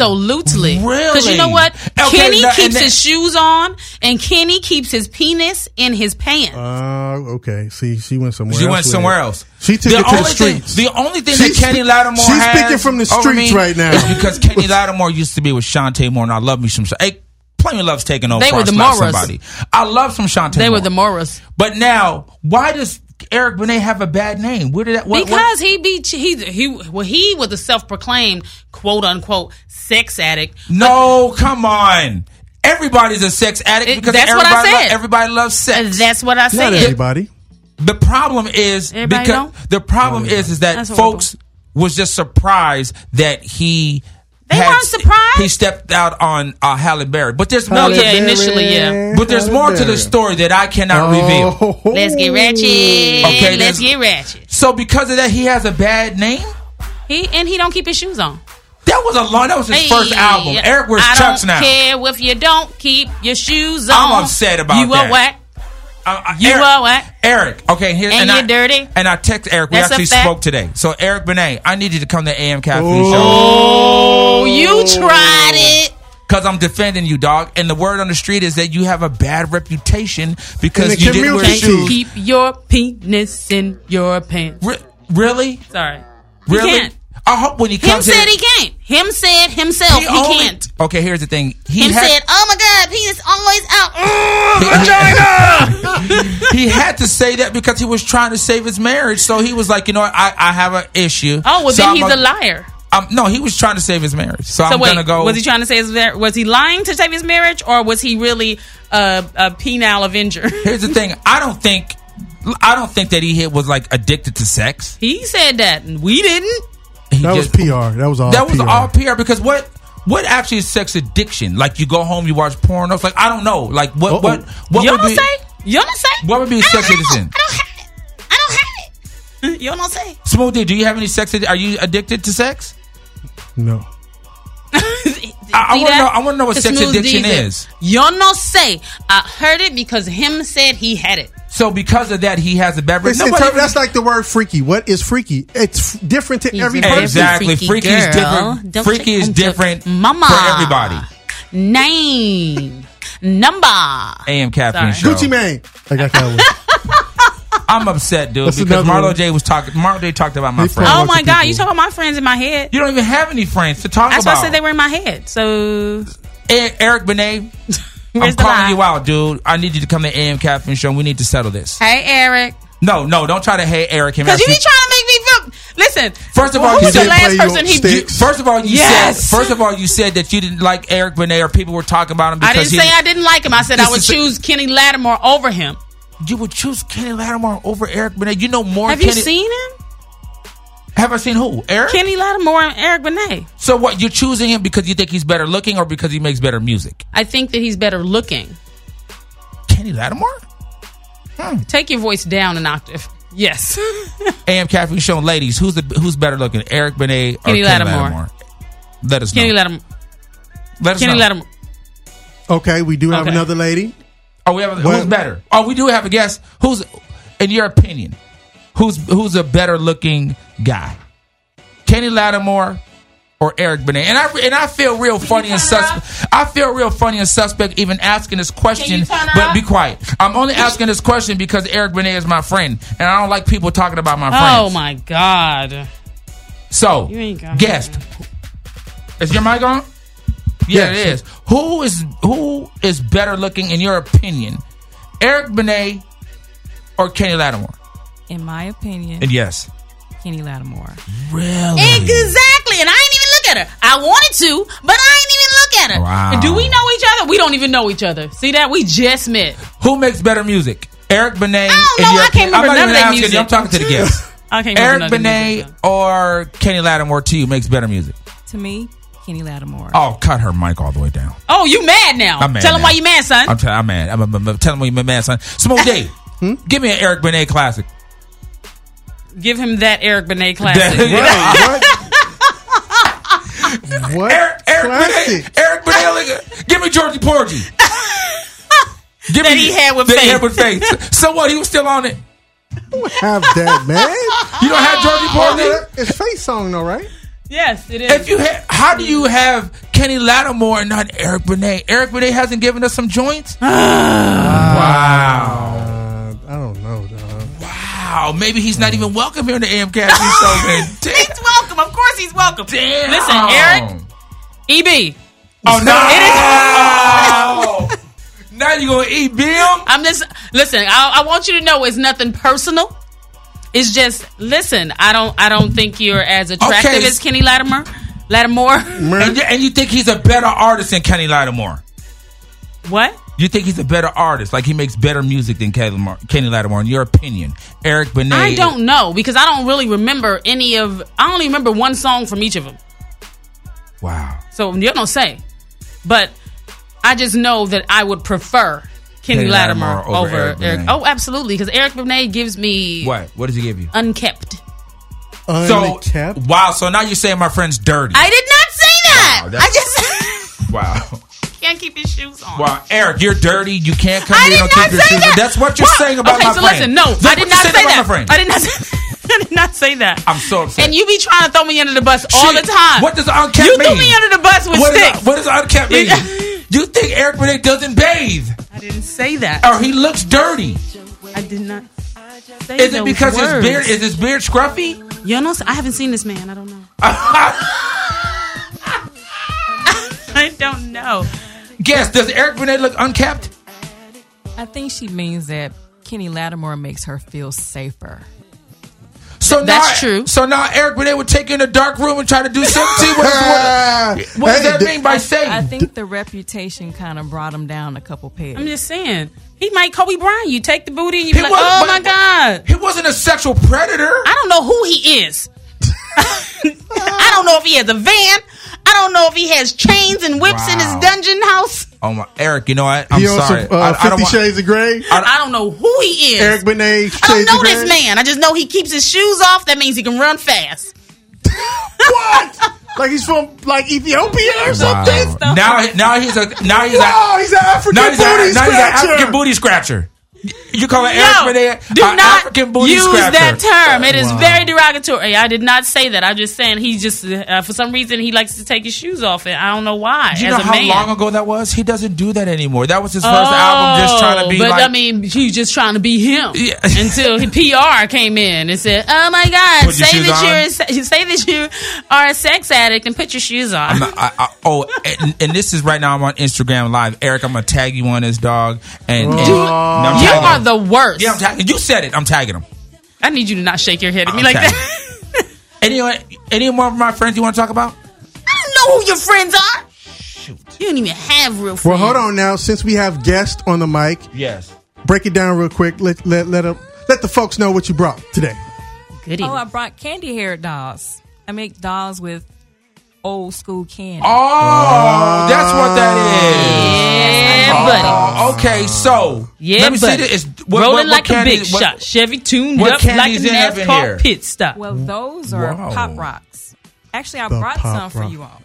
Absolutely. Really? Because you know what? Okay, Kenny now- and keeps that- his shoes on, and Kenny keeps his penis in his pants. Uh, okay. See, she went somewhere. She else went with somewhere it. else. She took the it to the only thing- streets. the only thing She's that Kenny spe- Lattimore she's has speaking from the over streets me right now. is because Kenny Lattimore used to be with Shantae Moore, and I love me some. Sha- Hey, Plenty of Love's taking over. They for were I the Slapped Morris. Somebody. I love some Shantae. they Moore. were the Morris. But now, why does Eric Benet have a bad name? Where did that? What, what- Because he be he he well he was a self proclaimed quote unquote sex addict. No, come on. Everybody's a sex addict It- because that's what I everybody, lo- said. everybody loves And sex. that's what I Not said. everybody. the problem is Everybody because don't? the problem is is that That's what we're folks was just surprised that he They They had- weren't surprised. He stepped out on uh, Halle Berry, Oh. but there's more. Oh, to, yeah, initially, yeah. But there's more to the story that I cannot Oh. reveal. Let's get ratchet. Okay, let's let's- get ratchet. So because of that, he has a bad name. He and he don't keep his shoes on. That was a long. That was his Hey, first album. Eric wears I Chucks don't now. care if you don't keep your shoes on. I'm upset about you that. are whack. you Uh, Eric, are what? Eric. Okay, here And I, you're dirty? And I text Eric. That's a we actually fact. spoke today. So Eric Benet, I need you to come to AM Caffeine Show. Oh, you tried Oh. it. Cause I'm defending you, dog. And the word on the street is that you have a bad reputation In because the you didn't wear community. shoes. Keep your penis in your pants. really? Sorry. He Really? can't. I hope when he Him comes said here- he can't. Him said himself he, only- can't. Okay, here's the thing. He him had, said, "Oh my God, he is always out." Oh, [LAUGHS] he had to say that because he was trying to save his marriage. So he was like, you know, what? I I have an issue. Oh, well, So then I'm he's a- a liar. Um, no, he was trying to save his marriage. So, so I'm wait, gonna go. was he trying to say his mar- was he lying to save his marriage, or was he really uh, a penal avenger? [LAUGHS] Here's the thing. I don't think. I don't think that he hit was like addicted to sex. he said that, and we didn't. that was PR. That was all. that was PR. all PR because what what actually is sex addiction? Like you go home, you watch porn. I was like, I don't know. Like what what what you would don't be say. You don't say. what would be sex addiction? [LAUGHS] You don't say. Smoothie, do you have any sex? Addi- are you addicted to sex? No. I, I want to that? know. I want to know what The sex Smooth addiction D's it. is. You don't say. I heard it because him said he had it. So because of that, he has a bad. It's Nobody- inter- that's like the word freaky. What is freaky? It's f- different to every person. exactly. Freaky, is different. freaky is different mama. for everybody. Name, [LAUGHS] number. AM Sorry. Caffeine Show. Gucci Mane. I got that one. [LAUGHS] I'm upset, dude, That's because another Marlo one. J was talking. Marlo J talked about my They friend. oh my God! You talking about my friends in my head? You don't even have any friends to talk That's why about. I said they were in my head. So E- Eric [LAUGHS] Benet, I'm Where's the calling lie? you out, dude. I need you to come to AM Caffeine Show. We need to settle this. hey, Eric, No, no, don't try to hate Eric. Him because you actually- be trying to make me feel. Listen, First of all, who you was the didn't last play person he? you, first of all, you Yes. said. First of all, you said that you didn't like Eric Benet or people were talking about him I because didn't he. say I didn't like him. I said I This would is a- choose Kenny Lattimore over him. you would choose Kenny Lattimore over Eric Benet. You know more. Have you Oh, Kenny- seen him? Have I seen who? Eric. Kenny Lattimore and Eric Benet. So what? You're choosing him because you think he's better looking or because he makes better music? I think that he's better looking. Kenny Lattimore. Hmm. Take your voice down an octave. Yes. [LAUGHS] AM Caffeine Show, ladies, who's the who's better looking, Eric Benet or Kenny Kenny Lattimore. Lattimore? Let us Kenny know. Lattimore. Let us Kenny know. Lattimore. Okay, we do have Okay. another [LAUGHS] lady. Oh, we have a, Well- who's better? Oh, we do have a guest. Who's, in your opinion, who's who's a better looking guy, Kenny Lattimore or Eric Benet? And I and I feel real funny and suspect. I feel real funny and suspect even asking this question. turn her But up? be quiet. I'm only asking this question because Eric Benet is my friend, and I don't like people talking about my Oh friends. my God. So, You ain't got guest, is your mic on? Yeah, Yes. it is. Who is who is better looking in your opinion, Eric Benet or Kenny Lattimore? In my opinion, And yes, Kenny Lattimore. really. Exactly. And I didn't even look at her. I wanted to, but I didn't even look at her. Wow. And do we know each other? We don't even know each other. See that? We just met. Who makes better music, Eric Benet? I don't in know. your I can't opinion? I'm not remember none even of their asking you. music. I'm talking to [LAUGHS] the guest. I can't remember none Eric of their music, Benet or Kenny Lattimore to you makes better music. To me, Kenny Lattimore. Oh, cut her mic all the way [LAUGHS] down. Oh, you mad now? I'm mad Tell him now. why you mad, son. I'm, t- I'm mad. I'm, I'm, I'm telling you, my man, son. [LAUGHS] Smoke Day, Hmm? give me an Eric Benet classic. Give him that Eric [LAUGHS] Benet classic. What? Eric, Eric [LAUGHS] Benet, Eric Benet, like, give me Georgie [LAUGHS] Porgy. Give that he had with that he Faith. had with Faith. [LAUGHS] So what? He was still on it. Have that, man. [LAUGHS] You don't have Georgie Oh. Porgy. It's face song though, right? yes, it is. If you ha- how do you have Kenny Lattimore and not Eric Benet? Eric Benet hasn't given us some [SIGHS] joints. wow, Uh, I don't know, dog. wow. Maybe he's not even welcome here in the AMCast. He's so man. Damn. he's welcome. Of course he's welcome. Damn. [LAUGHS] Listen, Eric, E EB. Oh It no! [LAUGHS] now you gonna eat Bim? I'm just listen. I, I want you to know it's nothing personal. It's just listen. I don't. I don't think you're as attractive Okay. as Kenny Latimer. Lattimore. And, you- and you think he's a better artist than Kenny Lattimore? [LAUGHS] What? You think he's a better artist? Like he makes better music than Kenny Lamar- Kenny Lattimore? In your opinion, Eric Benet? I don't know because I don't really remember any of. I only remember one song from each of them. Wow. So you don't say. But I just know that I would prefer Kenny, Kenny Latimer, Latimer over over, Eric Eric. Benet. Oh, absolutely, because Eric Benet gives me What? What does he give you? Uh, unkept. So wow. So now you're saying my friend's dirty. I did not say that. Wow, I that's- just [LAUGHS] Wow. can't keep his shoes on. Wow, Eric, you're dirty. You can't come I here did and not keep your say shoes. on. that. That's what you're What? saying about okay, my so friend. listen, no, That's I what did you're not say saying about that. my friend. I did not. Say, [LAUGHS] I did not say that. I'm so upset. And you be trying to throw me under the bus all She- the time. What does unkept you mean? threw me under the bus with What is- sticks. what does unkept mean? [LAUGHS] you think Eric Benet doesn't bathe? I didn't say that. Or he looks dirty? I did not. Say Is it those because his words. beard is his beard scruffy? [LAUGHS] You know, I haven't seen this man. I don't know. I don't know. Guess does Eric Benet look unkept? I think she means that Kenny Lattimore makes her feel safer. So that's now, true. So now Eric Benet would take you in a dark room and try to do something. to you. Ah! what, what, what does that mean by safe? I think the reputation kind of brought him down a couple pegs. I'm just saying. He might Kobe Bryant. You take the booty and you be He like, wasn't- oh but- my God. He wasn't a sexual predator. [LAUGHS] I don't know who he is. I don't know if he has a van. I don't know if he has chains and whips in his Wow. dungeon house. Oh my, Eric, you know I, I'm He on sorry. some, uh, I, I don't Fifty want- Shades of Grey. I don't, know who he is. Eric Benet. I don't know this man. I just know he keeps his shoes off. That means he can run fast. what? Like he's from like Ethiopia or something? Wow. Now, now he's a now he's Wow, a, he's an African now he's a- booty now he's an scratcher. African booty scratcher. You call it No, Eric Benet? do a not African booty use scratcher. that term. It is Wow. very derogatory. I did not say that. I'm just saying he just uh, for some reason he likes to take his shoes off, and I don't know why. Do you know as a how man. long ago that was? He doesn't do that anymore. That was his first album, just trying to be Oh, But like. I mean, he's just trying to be him until he PR came in and said, "Oh my God, Put your say shoes that on. you're a se- say that you are a sex addict and put your shoes on." I'm not- I- I- oh, and, and this is right now. I'm on Instagram Live. Eric, I'm gonna tag you on this dog. And, and [LAUGHS] Dude, Oh. No, I'm you tagging are him. the worst. Yeah, I'm tagging. You said it. I'm tagging him. I need you to not shake your head at me I'm like tagging that. [LAUGHS] him. anyone, any more of my friends you want to talk about? I don't know who your friends are. You don't even have real friends. Well, hold on now. Since we have guests on the mic, Yes. break it down real quick. Let let let, a, let the folks know what you brought today. Oh, I brought candy haired dolls. I make dolls with old school candy. Oh, that's what that is. Yeah, buddy. Oh, okay, so Yeah, let me buddy. see this. It's- Rolling like a candy- big shot. Chevy tuned what up candy's like a in up in NASCAR here? pit stop. Well, those are Wow. pop rocks. Actually, I The brought pop some for rock. you all.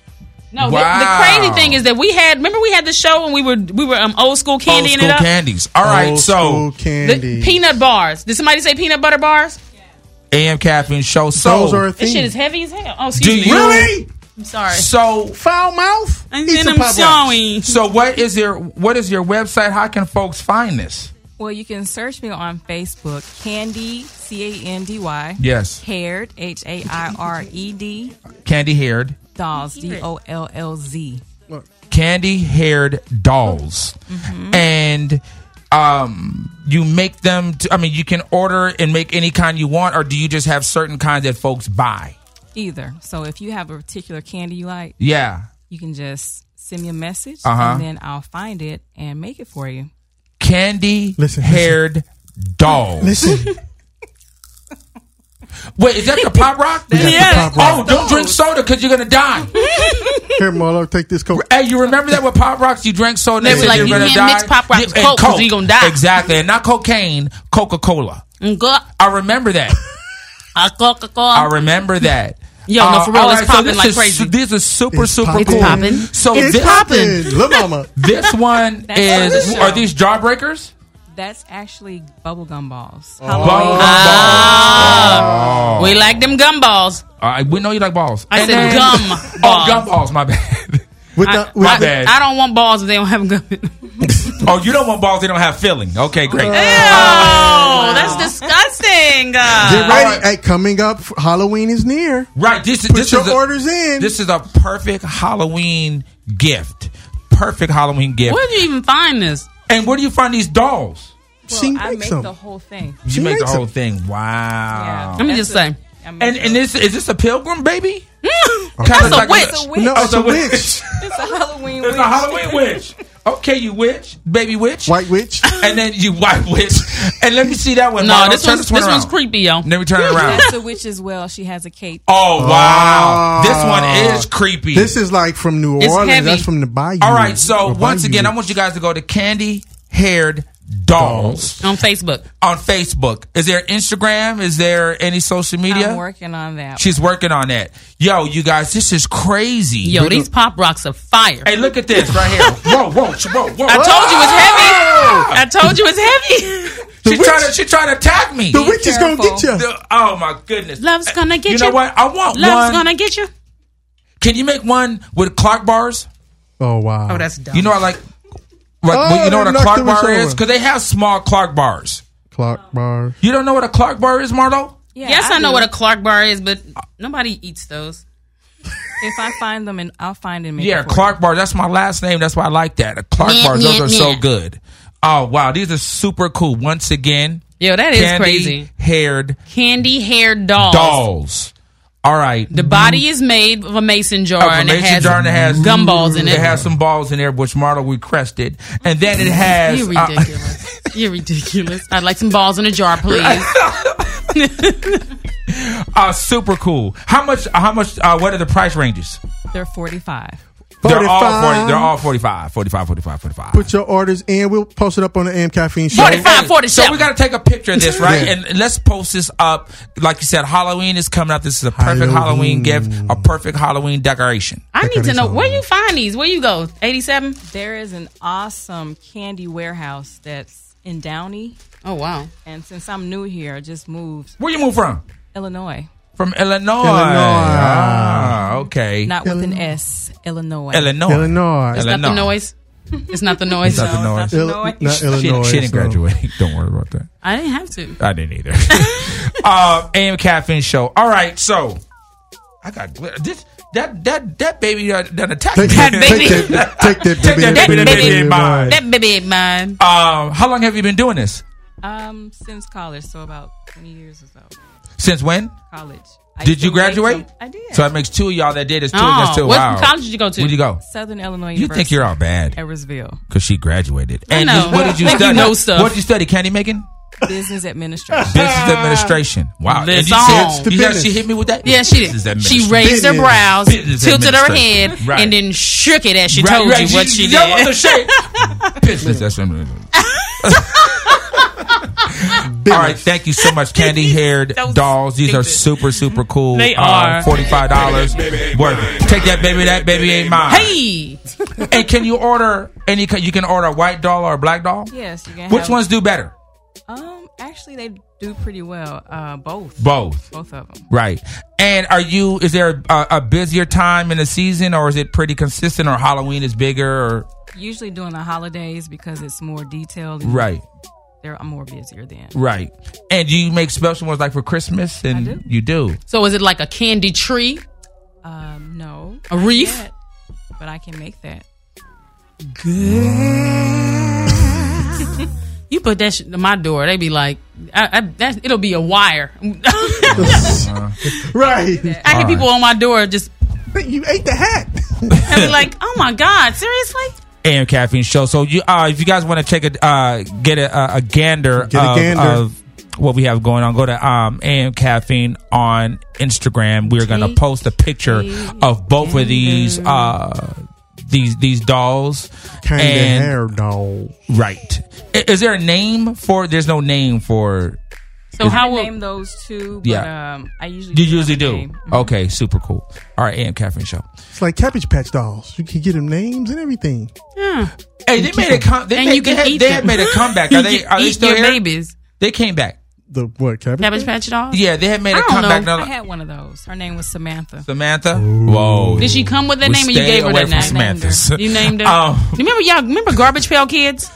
No, Wow. the, the crazy thing is that we had. Remember, we had the show and we were we were um, old school Old candying school it up. candies. All right, Old so school candy. Peanut bars. Did somebody say peanut butter bars? AM caffeine show. So Those are a This shit is heavy as hell. Oh, excuse do me. you I'm sorry. So foul mouth. And Eat then some I'm Pop Rocks. showing. So what is your what is your website? How can folks find this? Well, you can search me on Facebook, Candy C A N D Y. Yes. Haired H A I R E D Candy haired, Dolls D O L L Z. candy haired dolls, Mm-hmm. and um, you make them. t I I mean, you can order and make any kind you want, or do you just have certain kinds that folks buy? Either. So if you have a particular candy you like, Yeah. you can just send me a message, Uh-huh. and then I'll find it and make it for you. candy haired dolls. [LAUGHS] Listen. Wait, is that the pop rock? That's the Yeah. Pop Rock. Oh, don't drink soda because you're [LAUGHS] gonna die. Here, Marlo, take this coke. hey, you remember that with pop rocks, you drank soda. They were said like, you're you gonna can't die? mix Pop Rock Yeah, with and Coke 'cause Coke. you gonna die. Exactly, and not cocaine, Coca Cola. I remember that. I remember that. Yo, no, for real, all it's so popping this like is- crazy. This is super, super popping. It's cool. popping. So It's this, popping. Look, mama. [LAUGHS] This one That's is. for Are sure. these jawbreakers? That's actually bubblegum balls. Oh. Bubblegum Ah. balls. We like them gum balls. I we know you like balls. I And said then- gum Oh, balls. gum balls. My bad. [LAUGHS] I, my I- bad. I don't want balls if they don't have gum. in them. [LAUGHS] oh, you don't want balls. They don't have filling. Okay, great. Oh, that's [LAUGHS] disgusting. Get Uh, ready. Hey, coming up, Halloween is near. Right. This, Put this your is a, orders in. This is a perfect Halloween gift. Perfect Halloween gift. Where do you even find this? And where do you find these dolls? Well, I make the whole thing. You She make the makes whole them. thing. Wow. Oh. Yeah. Let me That's just a- say. I And make and this is this a pilgrim baby? [LAUGHS] That's a witch. It's a witch. Oh, [LAUGHS] No, it's a witch. It's a Halloween It's a Halloween witch. Okay, you witch, baby witch, white witch, and then you white witch, and let me see that one. No, Marlo. this turn one's- this one this one's around. creepy, yo. Let me turn it around. That's the witch as well. She has a cape. Oh wow, this one Ah. is creepy. This is like from New It's Orleans. heavy. That's from the Bayou. All right, so Or once Bayou. again, I want you guys to go to Candy Haired Dolls on Facebook. On Facebook, is there Instagram? Is there any social media? I'm working on that. She's working on that. Yo, you guys, this is crazy. Yo, these pop rocks are fire. Hey, look at this right here. [LAUGHS] whoa, whoa, whoa, whoa! I told you [LAUGHS] it's heavy. I told you it's heavy. She tried to she tried to attack me. The witch is gonna get ya. The- oh my goodness. Love's gonna get you. You know what? I want Love's one. gonna get you. Can you make one with clock bars? Oh wow. Oh, that's dumb. You know I like. Like, Oh, well, you know what a they knocked clock the bar witch is? over. Because they have small clock bars. Clock bar. You don't know what a clock bar is, Marlo? yes, I I, know do. what a Clark bar is, but nobody eats those. If I find them, and I'll find them. Yeah, Clark Bar. That's my last name. That's why I like that. A Clark Meh, Bars. Those meh, are so meh. good. Oh wow, these are super cool. Once again, Yo, that is crazy. Haired Candy haired dolls. dolls. All right. The body is made of a mason jar, Oh, and it Mm-hmm. mason has, jar and it has gumballs in it. It has some balls in there, which Marlo requested, and then it has. You're uh, ridiculous. [LAUGHS] [LAUGHS] You're ridiculous. I'd like some balls in a jar, please. uh, super cool. How much? How much? Uh, what are the price ranges? They're 45. They're all 40, 45. they're all 45, 45, 45, 45. Put your orders in. We'll post it up on the AM Caffeine Show. So we got to take a picture of this, right? Yeah. And let's post this up. Like you said, Halloween is coming up. This is a perfect Halloween. Halloween, gift, a perfect Halloween decoration. I need to know where you find these. Where you go? Eighty-seven. There is an awesome candy warehouse that's in Downey. Oh wow! And since I'm new here, I just moved. Where you move from? Illinois. From Illinois. Illinois. Ah, okay. Not with an S. Illinois. Illinois. Illinois. It's not [LAUGHS] the noise. It's not the noise. It's not the noise. She- She, didn't graduate. [LAUGHS] Don't worry about that. I didn't have to. I didn't either. [LAUGHS] uh, AM Caffeine Show. All right, so I got glitter. This that that that baby uh, done attacked me. [LAUGHS] That baby. Take that, that baby, in mind. That baby ain't mine. Um, how long have you been doing this? Um, since college, so about 20 years or so. Since when? College. I did you used to make graduate? some- I did. So that makes two of y'all that did. It's two Oh, against two. what wow. college did you go to? Where'd you go? Southern Illinois You think University. you're all bad? Evansville. Because she graduated. I And know. you- what did you Think you study? know stuff. Ah. What did you study? Candy making? Business [LAUGHS] administration. Business administration. Wow. And Listen. you It's the said, you said business. she hit me with that? Yeah, she Business did. She administration. raised her Business. brows, Business tilted her administration. head, Right. and then shook it as she Right, told right. you what she that did. was the shape. [LAUGHS] Business administration. All right, thank you so [LAUGHS] much, candy haired dolls. These are super, super cool. They are. forty five dollars worth. Take that baby, that baby ain't mine. [LAUGHS] Hey, and can you order any? You can order a white doll or a black doll. Yes, you can Which have- ones do better? Um, actually, they do pretty well. Uh, both. Both. Both of them. Right. And are you? Is there a, a busier time in the season, or is it pretty consistent? Or Halloween is bigger? Or Usually during the holidays because it's more detailed. and right, They're I'm more busier then. right. And do you make special ones like for Christmas? And you do. So is it like a candy tree? Um, no. A wreath? Not yet, but I can make that. [LAUGHS] You put that shit to my door, they be like, I, I, that, it'll be a wire. [LAUGHS] right. I get people on my door just. You ate the hat. [LAUGHS] and be like, oh my god, seriously? AM Caffeine Show. So you, uh, if you guys want to check it, uh, get a, a, a gander, Get a of, gander. of what we have going on. Go to um, AM Caffeine on Instagram. We're going to post a picture of both of these uh, these these dolls Kinda and hair doll. right. I- Is there a name for? There's no name for. So is- how will name those two? But, Yeah. Um, I usually you have usually a do? name. Mm-hmm. Okay, super cool. All right, AM Caffeine Show. It's like Cabbage Patch dolls. You can get them names and everything. Yeah. Hey, they made a com- they, And made, you can they, had- eat they had them. [LAUGHS] made a comeback. Are You they can are they eat still your here? babies. They came back. The what Cabbage, Cabbage Patch Doll? Yeah, they had made a Mm-hmm. I don't comeback. know. Now- I had one of those. Her name was Samantha. Samantha. Whoa. Did she come with that We name or you stay gave her away that from name? Samantha's. You [LAUGHS] named her. Um, you remember y'all remember Garbage Pail Kids?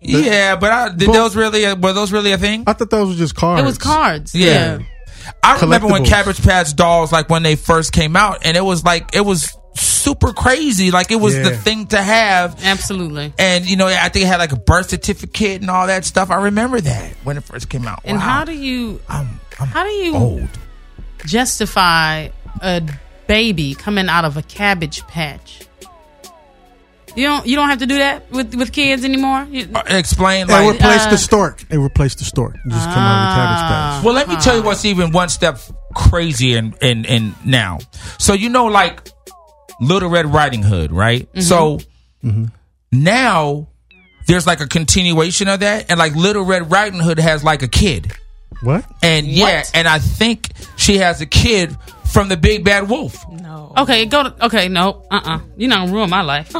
Yeah, but I, did those really uh, were those really a thing? I thought those were just cards. It was cards. Yeah. I remember when Collectibles. Cabbage Patch Dolls, like when they first came out, and it was like it was super crazy. Like it was the Yeah. thing to have. Absolutely. And you know, I think it had like a birth certificate and all that stuff. I remember that when it first came out. And Wow. how do you how do you old. justify a baby coming out of a cabbage patch? You don't you don't have to do that with with kids anymore. You- Uh, Explain They like replaced uh, Ah. the stork. They replaced the stork. You just come out with cabbage patch. Well, let me tell you what's even one step crazier and and and now. So you know, like Little Red Riding Hood, right? Mm-hmm. So now there's like a continuation of that, and like Little Red Riding Hood has like a kid. What? And yeah, and I think she has a kid from the Big Bad Wolf. Oh. okay, go to okay. No, uh, uh-uh. uh. you are not gonna ruin [LAUGHS] my life.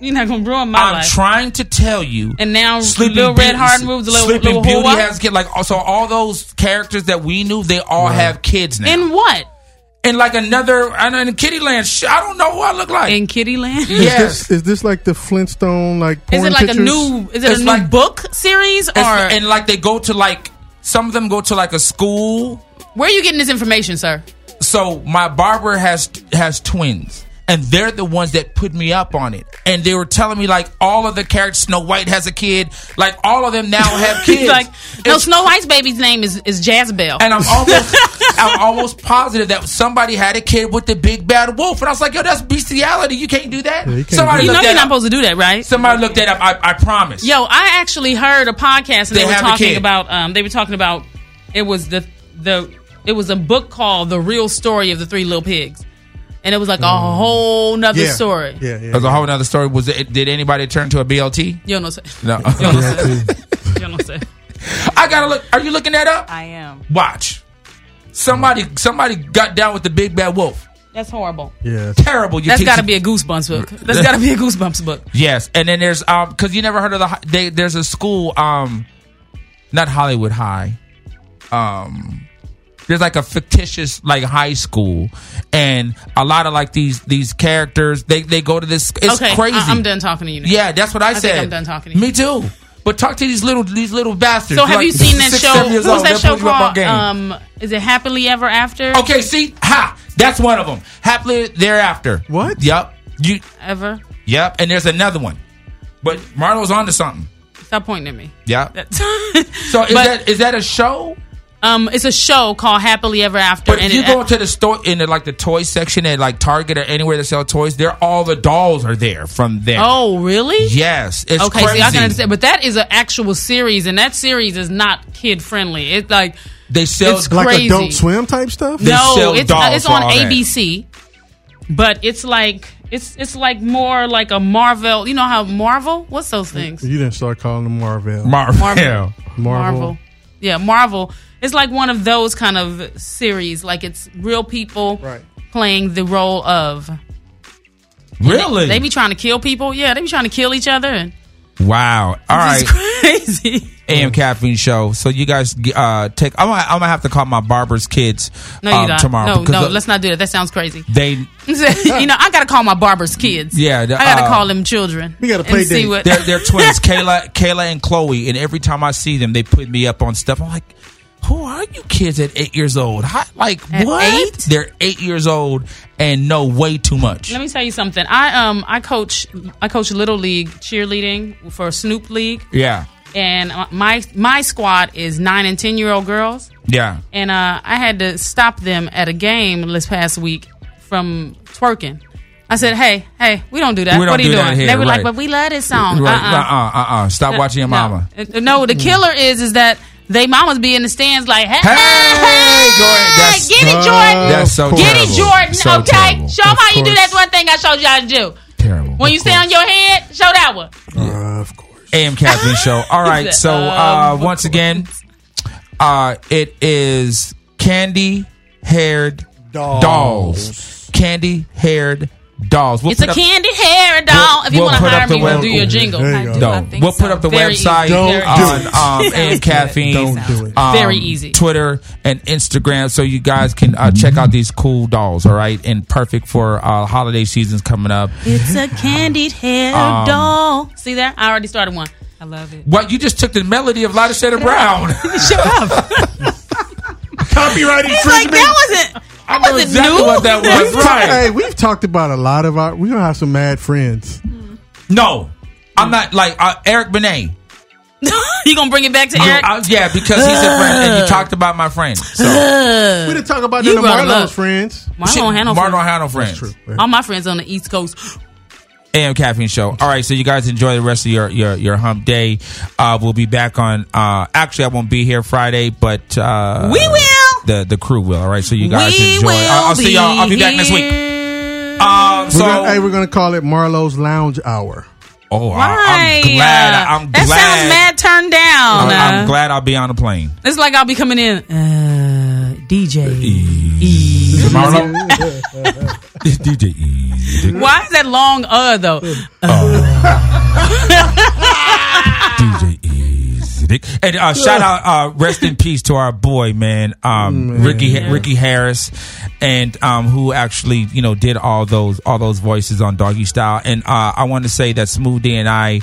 You're not gonna ruin my I'm life. trying to tell you. and now Little Red Beauty- Hard moves the little, Sleeping little Beauty whore. has kid like also all those characters that we knew they all have kids now. in what? in like another I know, in Kittyland. sh- I don't know who I look like in Is Kittyland. [LAUGHS] Yes, this is this like the Flintstone like? Is porn it like pictures? a new? Is it It's a new like- book series or? It's- and like they go to like some of them go to like a school. Where are you getting this information, sir? [LAUGHS] So my barber has has twins. And they're the ones that put me up on it. And they were telling me like all of the characters Snow White has a kid, like all of them [LAUGHS] now have He's kids. like, no, Snow White's baby's name is is Jazbel. and I'm [LAUGHS] almost I'm almost positive that somebody had a kid with the big bad wolf. And I was like, yo, that's bestiality. You can't do that. you can't somebody looked do that. You know you're that not up. supposed to do that, right? Somebody looked that up. I, I promise. Yo, I actually heard a podcast They and they, were have a talking kid. about um they were talking about it was the the it was a book called The Real Story of the Three Little Pigs. And it was like a whole nother Oh. Yeah. story. Yeah, yeah. There's a whole other story. Was it, did anybody turn to a BLT? [LAUGHS] You don't know what I'm No. saying? I gotta look. Are you looking that up? I am. Watch. Somebody, somebody got down with the big bad wolf. That's horrible. Yeah. Terrible. You That's teach- got to be a Goosebumps book. That's got to be a Goosebumps book. Yes, and then there's um because you never heard of the hi- they, there's a school um not Hollywood High um there's like a fictitious like high school and a lot of like these these characters they they go to this it's okay, crazy I, am done talking to you. Now. yeah that's what I, said Think I'm done talking to you. me too but talk to these little these little bastards So have you like seen that six, show? seven years What was old, that they'll show put you up on called? game. Um, is it Happily Ever After? okay see ha that's one of them happily thereafter what yep you Ever? yep and there's another one but Marlo's onto something Stop pointing at me. yeah so is that- is that a show? Um, it's a show called Happily Ever After. But if you it- go to the store in the, like the toy section at like Target or anywhere that sell toys, they're all the dolls are there from there. Oh, really? Yes, it's okay, crazy. see, I can understand, but that is an actual series, and that series is not kid friendly. It's like They sell it's like crazy. Adult Swim type stuff? No, it's uh, it's on ABC, but it's like it's it's like more like a Marvel. You know how Marvel? What's those things? You didn't start calling them Marvel. Marvel. Marvel. Marvel. Yeah, Marvel. It's like one of those kind of series. Like it's real people playing the role of. [LAUGHS] Really? They be trying to kill people. Yeah, they be trying to kill each other. And wow. All right. [LAUGHS] crazy. AM caffeine show. So you guys uh, take. I'm gonna, I'm gonna have to call my barber's kids No, you um, don't. tomorrow no, no, uh, let's not do that. That sounds crazy. [LAUGHS] they you know, I gotta call my barber's kids. Yeah, I the, gotta uh, call them children. We gotta and see what. They're, they're twins, Kayla, Kayla and Chloe. And every time I see them, they put me up on stuff. I'm like, who are you kids at eight years old? How, like At what? eight? They're eight years old and know way too much. [LAUGHS] Let me tell you something. I um I coach I coach little league cheerleading for Snoop League, Yeah, and uh, my my squad is nine and ten year old girls. yeah. and uh, I had to stop them at a game this past week from twerking. I said, "Hey, hey, we don't do that. We don't what are you do doing?" that here, they were right. like, "But we love this song." Right. Uh-uh. Uh-uh, uh-uh. Stop No, watching your no. mama. Uh, No, the killer is is that they mamas be in the stands like, "Hey, hey, that's- get it, Oh, Jordan. that's so get terrible. it, Jordan. So okay, terrible. show 'em Of how you do. course. That's one thing I showed you all to do. Terrible. When you stay on your head, show that one. Uh, AM Caffeine [LAUGHS] Show. All right. So uh, Um, once again, uh, it is candy haired dolls. Candy haired dolls. We'll it's a put up- candy hair doll. if you we'll want to put hire up the me, we'll web- do your jingle. There you go. No. we'll put up the Very easy. website Don't do it. on um, and caffeine. um, Don't do it. Very easy. Twitter and Instagram, so you guys can uh, check out these cool dolls. All right, and perfect for uh, holiday seasons coming up. It's a candied hair Um, doll. See there? I already started one. I love it. What you just took the melody of Lotta Shader Brown. Shut up. Copyright He's like, that wasn't. I know wasn't exactly new. what that was. We've Right. talked- Hey, we've talked about a lot of our. We're gonna have some mad friends. No, I'm not like uh, Eric Benet. [LAUGHS] you gonna bring it back to Eric? Uh, yeah, because he's a friend, and you talked about my friend. So. we didn't talk about You none of brought it Marlo's up. friends. Marlo don't handle Marlo friends. handle friends. All my friends on the East Coast. AM Caffeine Show. All right, so you guys enjoy the rest of your your, your hump day. Uh, we'll be back on. Uh, actually, I won't be here Friday, but uh, We will. The the crew will. All right, so you guys We enjoy. will I'll, I'll see y'all. I'll be back next week. Um, we're so gonna, hey, we're gonna call it Marlowe's Lounge Hour. Oh, Why? I, am glad. Uh, I'm that glad. sounds mad turned down. I'm, uh, I'm glad I'll be on the plane. [LAUGHS] It's like I'll be coming in. Uh, DJ. E. Marlo? DJ Easy. Why is that long uh though? Dick. And uh, shout out, uh, rest in peace to our boy, man, um, Ricky Ricky Harris, and um, who actually you know did all those all those voices on Doggy Style. And uh, I want to say that Smooth D and I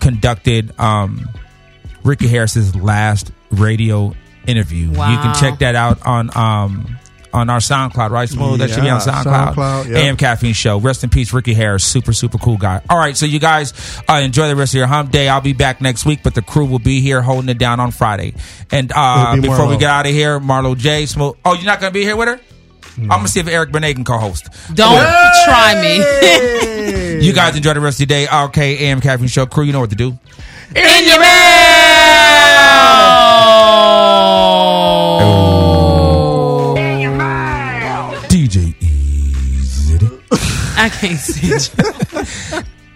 conducted um, Ricky Harris's last radio interview. You Wow. can check that out on. Um, on our SoundCloud, right? Smooth, that should be on Yeah, SoundCloud. SoundCloud, yeah. AM Caffeine Show. Rest in peace, Ricky Harris. Super, super cool guy. All right, so you guys uh, enjoy the rest of your hump day. I'll be back next week, but the crew will be here holding it down on Friday. And uh, It'll be before we Marlo. get out of here, Marlo J. Smooth. Oh, you're not going to be here with her? I'm going to see if Eric Benet can co host. Don't [LAUGHS] try me. You guys enjoy the rest of your day. Okay, AM Caffeine Show crew, you know what to do. In your mouth. Oh. DJ E. I can't see it.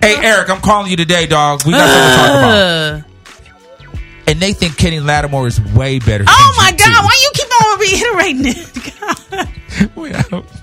Hey, Eric, I'm calling you today, dog. We got something to talk about. And they think Kenny Lattimore is way better. [LAUGHS] Oh my [LAUGHS] God! Why you keep on reiterating it? God.